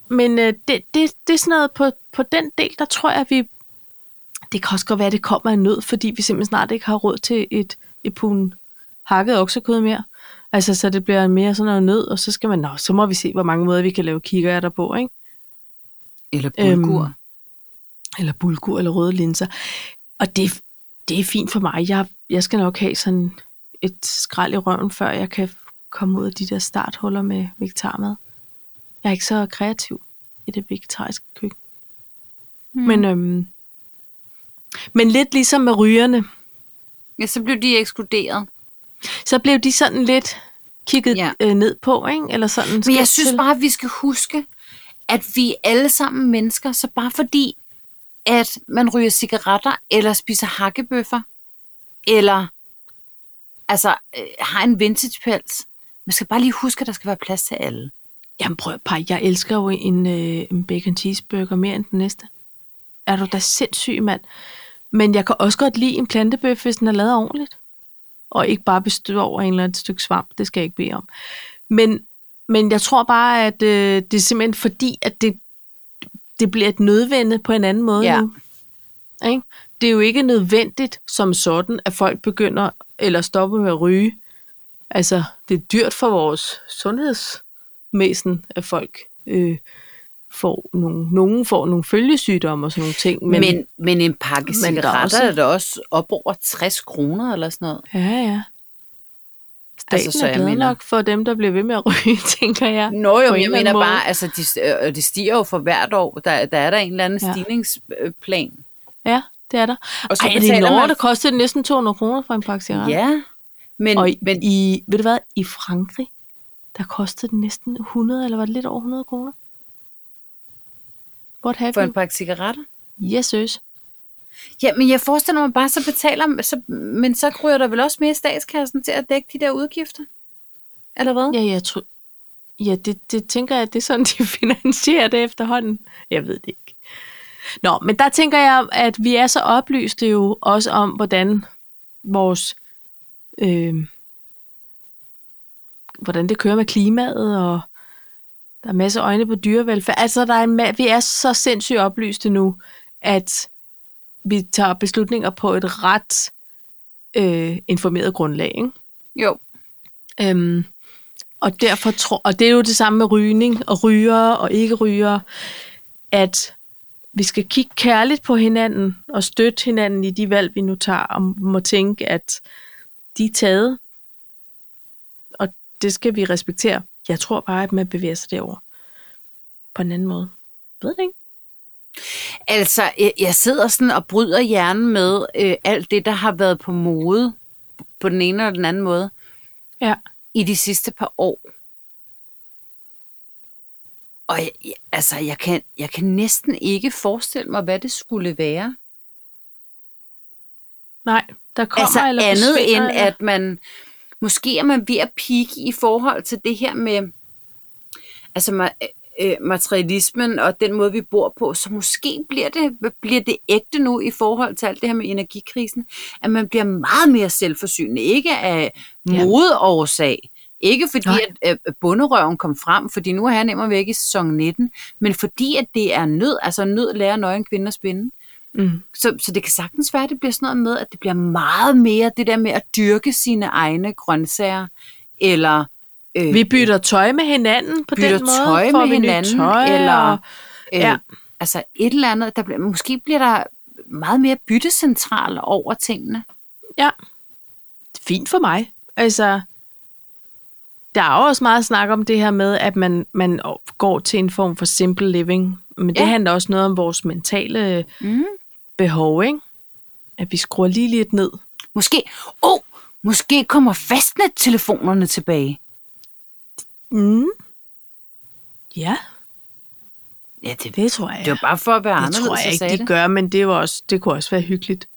[SPEAKER 1] men øh, det, det, det er sådan noget, på, på den del, der tror jeg, at vi... Det kan også godt være, at det kommer af nød, fordi vi simpelthen snart ikke har råd til et, et pund hakket oksekød mere. Altså, så det bliver mere sådan noget nød, og så skal man, nå, så må vi se, hvor mange måder vi kan lave kikærter på, ikke?
[SPEAKER 2] Eller
[SPEAKER 1] Øhm,
[SPEAKER 2] bulgur. Øhm,
[SPEAKER 1] Eller bulgur eller røde linser. Og det, det er fint for mig. Jeg, jeg skal nok have sådan et skrald i røven, før jeg kan komme ud af de der starthuller med vegetarmad. Jeg er ikke så kreativ i det vegetariske køkken. Mm.
[SPEAKER 2] Hmm.
[SPEAKER 1] Men, øhm, men lidt ligesom med rygerne,
[SPEAKER 2] ja, så blev de ekskluderet.
[SPEAKER 1] så blev de sådan lidt kigget
[SPEAKER 2] Ja.
[SPEAKER 1] ja. øh, ned på, ikke? Eller sådan
[SPEAKER 2] Men
[SPEAKER 1] skævt
[SPEAKER 2] jeg synes
[SPEAKER 1] til.
[SPEAKER 2] bare, at vi skal huske, at vi er alle sammen mennesker, så bare fordi, at man ryger cigaretter, eller spiser hakkebøffer, eller altså, øh, har en vintage pels. Man skal bare lige huske, at der skal være plads til alle.
[SPEAKER 1] Jamen prøv at par, jeg elsker jo en, øh, en bacon cheeseburger mere end den næste. Er du da sindssyg, mand? Men jeg kan også godt lide en plantebøf, hvis den er lavet ordentligt. Og ikke bare består over en eller anden stykke svamp, det skal jeg ikke bede om. Men, men jeg tror bare, at øh, det er simpelthen fordi, at det, det bliver et nødvende på en anden måde
[SPEAKER 2] Ja.
[SPEAKER 1] nu. Ikke? Det er jo ikke nødvendigt som sådan, at folk begynder eller stopper med at ryge. Altså, det er dyrt for vores sundheds mæsen, at folk øh, får nogle, nogen får nogle følgesygdomme og sådan nogle ting.
[SPEAKER 2] Men,
[SPEAKER 1] Men,
[SPEAKER 2] men, men en pakke
[SPEAKER 1] Men der er
[SPEAKER 2] cigaretter
[SPEAKER 1] også-
[SPEAKER 2] er da også op over 60 kroner eller sådan noget.
[SPEAKER 1] ja, ja. Staten altså,
[SPEAKER 2] så
[SPEAKER 1] så er
[SPEAKER 2] jeg
[SPEAKER 1] glad
[SPEAKER 2] mener- Mm.
[SPEAKER 1] mener... nok for dem, der bliver ved med at ryge, tænker jeg.
[SPEAKER 2] Nå jo,
[SPEAKER 1] På
[SPEAKER 2] men
[SPEAKER 1] en
[SPEAKER 2] jeg
[SPEAKER 1] eller anden
[SPEAKER 2] mener
[SPEAKER 1] måde.
[SPEAKER 2] bare, altså, de, øh, det stiger jo for hvert år. Der, der er der en eller anden ja.
[SPEAKER 1] Ja.
[SPEAKER 2] stigningsplan.
[SPEAKER 1] Ja, det er der.
[SPEAKER 2] Og så
[SPEAKER 1] Ej, er det i
[SPEAKER 2] betaler
[SPEAKER 1] Norge,
[SPEAKER 2] man-
[SPEAKER 1] der koster det næsten 200 kroner for en pakke cigaret?
[SPEAKER 2] Ja, men,
[SPEAKER 1] Og i,
[SPEAKER 2] men
[SPEAKER 1] men... i, ved du hvad, i Frankrig, der kostede det næsten 100, eller var det lidt over 100 kroner? What have
[SPEAKER 2] for en
[SPEAKER 1] you?
[SPEAKER 2] pakke cigaretter?
[SPEAKER 1] Yes, søs.
[SPEAKER 2] Ja, men jeg forestiller mig bare, så betaler så, men så ryger der vel også mere i statskassen til at dække de der udgifter? Eller hvad?
[SPEAKER 1] Ja, jeg tror... Ja, det, det tænker jeg, det er sådan, de finansierer det efterhånden. Jeg ved det ikke. Nå, men der tænker jeg, at vi er så oplyste jo også om, hvordan vores... Øh, hvordan det kører med klimaet, og der er masser af øjne på dyrevelfærd. Altså, der er en, ma- vi er så sindssygt oplyste nu, at vi tager beslutninger på et ret øh, informeret grundlag, ikke?
[SPEAKER 2] Jo.
[SPEAKER 1] Øhm, og derfor tror, og det er jo det samme med rygning og rygere og ikke rygere, at vi skal kigge kærligt på hinanden og støtte hinanden i de valg, vi nu tager, og må tænke, at de er taget, og det skal vi respektere. Jeg tror bare, at man bevæger sig derover på en anden måde. Jeg ved det ikke.
[SPEAKER 2] Altså, jeg, jeg sidder sådan og bryder hjernen med øh, alt det, der har været på mode på den ene eller den anden måde
[SPEAKER 1] Ja.
[SPEAKER 2] i de sidste par år. Og jeg, jeg- altså, jeg kan, jeg kan næsten ikke forestille mig, hvad det skulle være.
[SPEAKER 1] Nej, der kommer
[SPEAKER 2] altså
[SPEAKER 1] eller
[SPEAKER 2] andet
[SPEAKER 1] forsvinder,
[SPEAKER 2] end,
[SPEAKER 1] eller-
[SPEAKER 2] at man måske er man ved at peak i forhold til det her med, altså man, øh, materialismen og den måde, vi bor på, så måske bliver det, bliver det ægte nu i forhold til alt det her med energikrisen, at man bliver meget mere selvforsynende. Ikke af
[SPEAKER 1] Ja.
[SPEAKER 2] modeårsag, ikke fordi,
[SPEAKER 1] Nej.
[SPEAKER 2] at øh, bunderøven kom frem, fordi nu er han nemlig væk i sæson 19, men fordi, at det er nød, altså nød lærer nøgen kvinder at spinde.
[SPEAKER 1] Mm.
[SPEAKER 2] Så, så det kan sagtens være, at det bliver sådan noget med, at det bliver meget mere det der med at dyrke sine egne grøntsager, eller øh,
[SPEAKER 1] Vi bytter tøj med hinanden på
[SPEAKER 2] bytter
[SPEAKER 1] den måde.
[SPEAKER 2] tøj
[SPEAKER 1] får
[SPEAKER 2] med
[SPEAKER 1] vi nyt
[SPEAKER 2] hinanden,
[SPEAKER 1] tøj,
[SPEAKER 2] eller
[SPEAKER 1] og-
[SPEAKER 2] øh,
[SPEAKER 1] ja.
[SPEAKER 2] ja. altså et eller andet. Der bliver, måske bliver der meget mere byttecentral over tingene.
[SPEAKER 1] Ja. Det er fint for mig. Altså, der er jo også meget snak om det her med, at man, man går til en form for simple living. Men det
[SPEAKER 2] Ja.
[SPEAKER 1] handler også noget om vores mentale
[SPEAKER 2] Mm.
[SPEAKER 1] behov, ikke? At vi skruer lige lidt ned.
[SPEAKER 2] Måske, oh, måske kommer fastnettelefonerne tilbage.
[SPEAKER 1] Mm. Ja,
[SPEAKER 2] Ja, det,
[SPEAKER 1] det tror jeg.
[SPEAKER 2] det var bare for at være
[SPEAKER 1] det
[SPEAKER 2] anderledes,
[SPEAKER 1] tror jeg
[SPEAKER 2] jeg
[SPEAKER 1] ikke,
[SPEAKER 2] sagde
[SPEAKER 1] de
[SPEAKER 2] det.
[SPEAKER 1] gør, men det, var også, det kunne også være hyggeligt.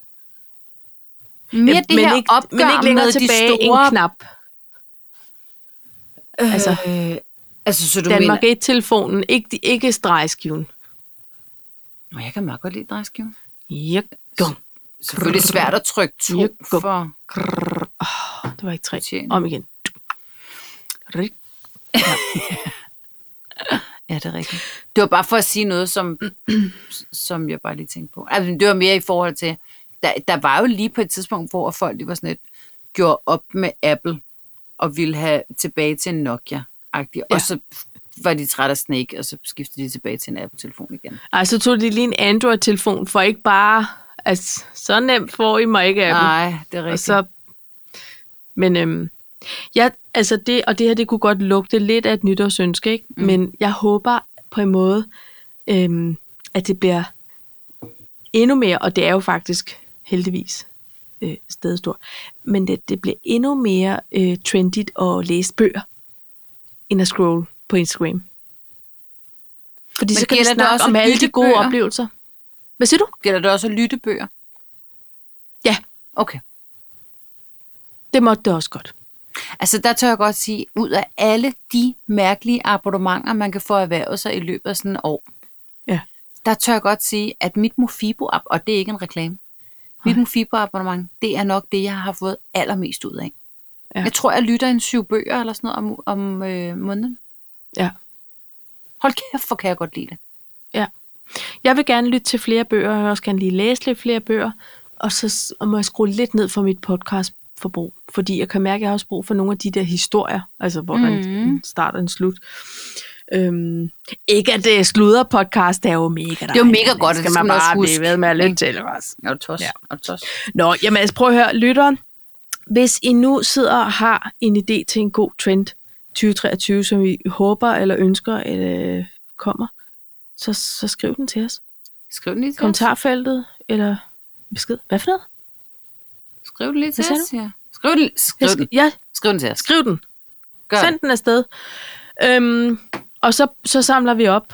[SPEAKER 2] Mere det
[SPEAKER 1] men,
[SPEAKER 2] her
[SPEAKER 1] ikke,
[SPEAKER 2] opgør
[SPEAKER 1] men ikke længere
[SPEAKER 2] med
[SPEAKER 1] tilbage
[SPEAKER 2] de store...
[SPEAKER 1] end knap. altså,
[SPEAKER 2] øh, altså, så du
[SPEAKER 1] Danmark
[SPEAKER 2] mener...
[SPEAKER 1] 1-telefonen, ikke, de- ikke stregskiven.
[SPEAKER 2] Nå, jeg kan meget godt lide drejeskiven.
[SPEAKER 1] Ja, gong.
[SPEAKER 2] Selvfølgelig svært at trykke to
[SPEAKER 1] Ja, gå.
[SPEAKER 2] for...
[SPEAKER 1] Oh, det var ikke tre.
[SPEAKER 2] Tjen.
[SPEAKER 1] Om igen. Rik.
[SPEAKER 2] Ja, det er rigtigt. Det var bare for at sige noget, som, som jeg bare lige tænkte på. Altså, det var mere i forhold til... Der, der var jo lige på et tidspunkt, hvor folk de var sådan lidt, gjorde op med Apple og ville have tilbage til en Nokia-agtig. Ja.
[SPEAKER 1] Ja.
[SPEAKER 2] Og så var de trætte af Snake, og så skiftede de tilbage til en Apple-telefon igen.
[SPEAKER 1] Ej, så tog de lige en Android-telefon, for ikke bare, altså, så nemt får I mig ikke af dem.
[SPEAKER 2] Nej, det er
[SPEAKER 1] og
[SPEAKER 2] rigtigt.
[SPEAKER 1] så, men øhm, ja, altså det, og det her, det kunne godt lugte lidt af et nytårsønske, ikke? Mm. Men jeg håber på en måde, øhm, at det bliver endnu mere, og det er jo faktisk heldigvis øh, stedet stor, men det, det bliver endnu mere øh, trendigt at læse bøger, end at scrolle på Instagram. Fordi
[SPEAKER 2] Men
[SPEAKER 1] så kan vi
[SPEAKER 2] gælder det
[SPEAKER 1] snakke
[SPEAKER 2] også
[SPEAKER 1] om alle de gode
[SPEAKER 2] lyttebøger?
[SPEAKER 1] oplevelser. Hvad siger du?
[SPEAKER 2] Gælder det også lyttebøger?
[SPEAKER 1] Ja,
[SPEAKER 2] Okay.
[SPEAKER 1] det måtte det også godt.
[SPEAKER 2] Altså der tør jeg godt sige, ud af alle de mærkelige abonnementer, man kan få erhvervet sig i løbet af sådan et år,
[SPEAKER 1] Ja.
[SPEAKER 2] der tør jeg godt sige, at mit Mofibo, app- og det er ikke en reklame, mit Mofibo abonnement, det er nok det, jeg har fået allermest ud af.
[SPEAKER 1] Ja.
[SPEAKER 2] Ja. Jeg tror, jeg lytter en syv bøger eller sådan noget om, om øh, måneden.
[SPEAKER 1] Ja.
[SPEAKER 2] Hold kæft, hvor kan jeg godt lide det.
[SPEAKER 1] Jeg vil gerne lytte til flere bøger, og jeg vil også gerne lige læse lidt flere bøger, og så s- og må jeg skrue lidt ned for mit podcastforbrug, fordi jeg kan mærke, at jeg har også brug for nogle af de der historier, altså hvor mm. der er en,
[SPEAKER 2] Mhm.
[SPEAKER 1] en start og en slut. Øhm, ikke at det sluder podcast, det er jo mega dejligt.
[SPEAKER 2] jo mega godt, og det
[SPEAKER 1] det skal
[SPEAKER 2] skal
[SPEAKER 1] man
[SPEAKER 2] man også
[SPEAKER 1] bare
[SPEAKER 2] huske,
[SPEAKER 1] blive ved med at lytte
[SPEAKER 2] ikke?
[SPEAKER 1] til. Eller også.
[SPEAKER 2] Ja, tos.
[SPEAKER 1] Ja.
[SPEAKER 2] Ja. tos.
[SPEAKER 1] Nå, jamen altså prøv at høre, lytteren. Hvis I nu sidder og har en idé til en god trend 2023, som vi håber eller ønsker, at øh, kommer, så, så skriv den til os
[SPEAKER 2] Skriv den lige til os.
[SPEAKER 1] kommentarfeltet, eller besked. Hvad for noget?
[SPEAKER 2] Skriv den lige til
[SPEAKER 1] sagde
[SPEAKER 2] os. Ja. Skriv, den, skriv,
[SPEAKER 1] Jeg
[SPEAKER 2] den.
[SPEAKER 1] sk- ja,
[SPEAKER 2] skriv den til os.
[SPEAKER 1] skriv den.
[SPEAKER 2] Gør
[SPEAKER 1] Send den afsted. Øhm, og så, så samler vi op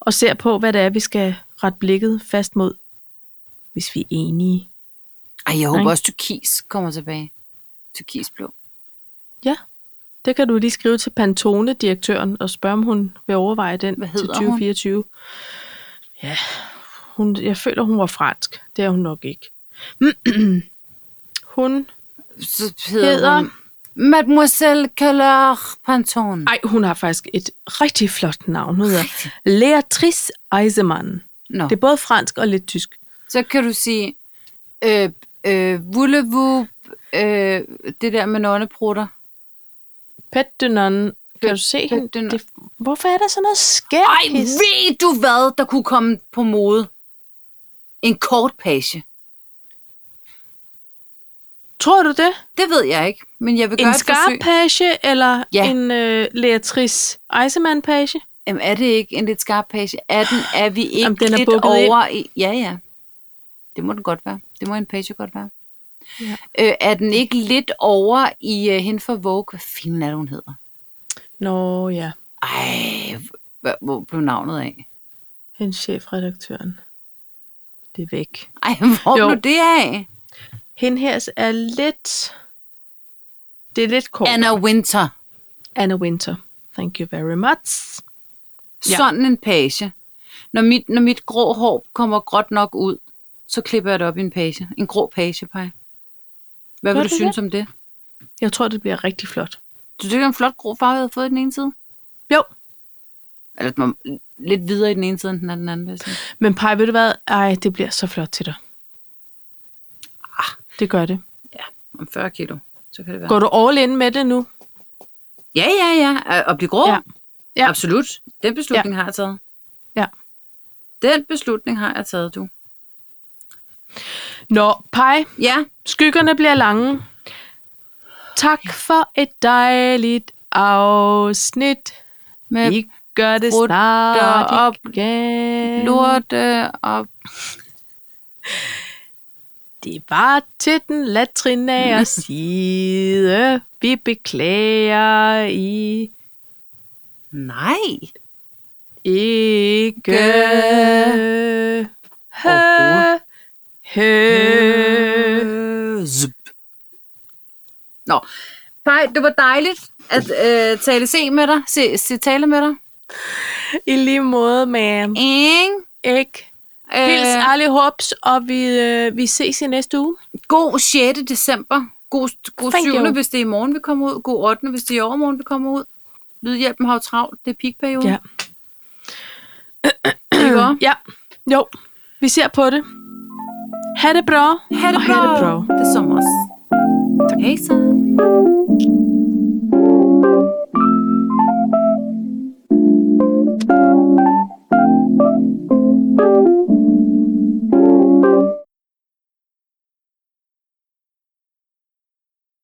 [SPEAKER 1] og ser på, hvad det er, vi skal rette blikket fast mod, hvis vi er enige.
[SPEAKER 2] Ej, jeg håber
[SPEAKER 1] Ikke?
[SPEAKER 2] også, Tyrkis kommer tilbage. Tyrkis blå.
[SPEAKER 1] Det kan du lige skrive til Pantone-direktøren og spørge, om hun vil overveje den
[SPEAKER 2] Hvad
[SPEAKER 1] til
[SPEAKER 2] hedder hun?
[SPEAKER 1] 2024. Hun? Ja, hun, jeg føler, hun var fransk. Det er hun nok ikke. hun,
[SPEAKER 2] Så
[SPEAKER 1] Hedder-
[SPEAKER 2] hedder hun Mademoiselle Calor Pantone.
[SPEAKER 1] ej, hun har faktisk et rigtig flot navn. Hun hedder Leatrice Eisemann.
[SPEAKER 2] Nå.
[SPEAKER 1] Det er både fransk og lidt tysk.
[SPEAKER 2] Så kan du sige, øh, øh, voulez-vous, øh, det der med nonneprutter.
[SPEAKER 1] Pet de non. Kan du se
[SPEAKER 2] Pet
[SPEAKER 1] hende?
[SPEAKER 2] de non.
[SPEAKER 1] Det, hvorfor er der sådan noget
[SPEAKER 2] Ej,
[SPEAKER 1] skært? pis?
[SPEAKER 2] ved du hvad, der kunne komme på mode? En kort page.
[SPEAKER 1] Tror du det?
[SPEAKER 2] Det ved jeg ikke, men jeg vil gøre
[SPEAKER 1] En
[SPEAKER 2] et
[SPEAKER 1] skarp
[SPEAKER 2] forsøg.
[SPEAKER 1] page, eller
[SPEAKER 2] Ja.
[SPEAKER 1] en øh, Leatrice Eisemann page?
[SPEAKER 2] Jamen, er det ikke en lidt skarp page? Er, den, er vi ikke
[SPEAKER 1] Jamen, den er
[SPEAKER 2] lidt
[SPEAKER 1] bukket
[SPEAKER 2] over i... Ja, ja. Det må den godt være. Det må en page godt være.
[SPEAKER 1] Ja.
[SPEAKER 2] Øh, er den ikke lidt over i uh, hende for Vogue? Hvad fanden er det, hun hedder?
[SPEAKER 1] Nå ja,
[SPEAKER 2] Ej, hvor, hvor blev navnet af?
[SPEAKER 1] hendes chefredaktøren. Det er væk.
[SPEAKER 2] Ej, hvor
[SPEAKER 1] Jo.
[SPEAKER 2] jo. blev det af?
[SPEAKER 1] Hende her er lidt... Det er lidt kort.
[SPEAKER 2] Anna Winter.
[SPEAKER 1] Anna Winter. Thank you very much. Ja.
[SPEAKER 2] Sådan en page. Når mit, når mit grå hår kommer gråt nok ud, så klipper jeg det op i en page. En grå page, Paj. Hvad
[SPEAKER 1] Gør
[SPEAKER 2] vil du
[SPEAKER 1] du
[SPEAKER 2] synes om det?
[SPEAKER 1] Jeg tror, det bliver rigtig flot.
[SPEAKER 2] Du synes, det er en flot grå farve, jeg har fået i den ene side?
[SPEAKER 1] Jo,
[SPEAKER 2] Eller den var lidt videre i den ene side, end den er den anden. vil jeg sige.
[SPEAKER 1] men Paj, ved du hvad? Ej, det bliver så flot til dig. Det gør det.
[SPEAKER 2] Om 40 kilo, så kan det være.
[SPEAKER 1] Går du all in med det nu?
[SPEAKER 2] Ja, ja, ja. At- At blive
[SPEAKER 1] Ja.
[SPEAKER 2] grå? Ja.
[SPEAKER 1] Ja.
[SPEAKER 2] ja. Absolut. Den beslutning ja. har jeg taget.
[SPEAKER 1] Ja.
[SPEAKER 2] Den beslutning har jeg taget, du.
[SPEAKER 1] Nå, Paj,
[SPEAKER 2] Ja,
[SPEAKER 1] Skyggerne bliver lange. Tak for et dejligt afsnit.
[SPEAKER 2] med
[SPEAKER 1] I gør det
[SPEAKER 2] Rutter
[SPEAKER 1] snart
[SPEAKER 2] op,
[SPEAKER 1] igen.
[SPEAKER 2] lorte øh, og...
[SPEAKER 1] Det var til den latrinære side. Vi beklager I
[SPEAKER 2] Nej.
[SPEAKER 1] ikke. Hø,
[SPEAKER 2] Overhovedet.
[SPEAKER 1] hø.
[SPEAKER 2] Zup. Øh. Nå. Pej, det var dejligt at øh, tale se med dig. Se, se tale med dig.
[SPEAKER 1] I lige måde, ma'am.
[SPEAKER 2] Ingen.
[SPEAKER 1] Ikke. Hils
[SPEAKER 2] Øh,
[SPEAKER 1] alle hops, og vi, øh, vi ses i næste uge.
[SPEAKER 2] god 6. december. God, god
[SPEAKER 1] Thank
[SPEAKER 2] 7.
[SPEAKER 1] you.
[SPEAKER 2] hvis det er i morgen, vi kommer ud. God 8. hvis det er i overmorgen, vi kommer ud. Lydhjælpen har jo travlt. Det er peakperioden.
[SPEAKER 1] Ja.
[SPEAKER 2] Ikke også?
[SPEAKER 1] Ja, jo. Vi ser på det. Ha' det bra.
[SPEAKER 2] Ha' det
[SPEAKER 1] og
[SPEAKER 2] bra.
[SPEAKER 1] Ha' det bra.
[SPEAKER 2] Det er sommer. Tak. Hej så.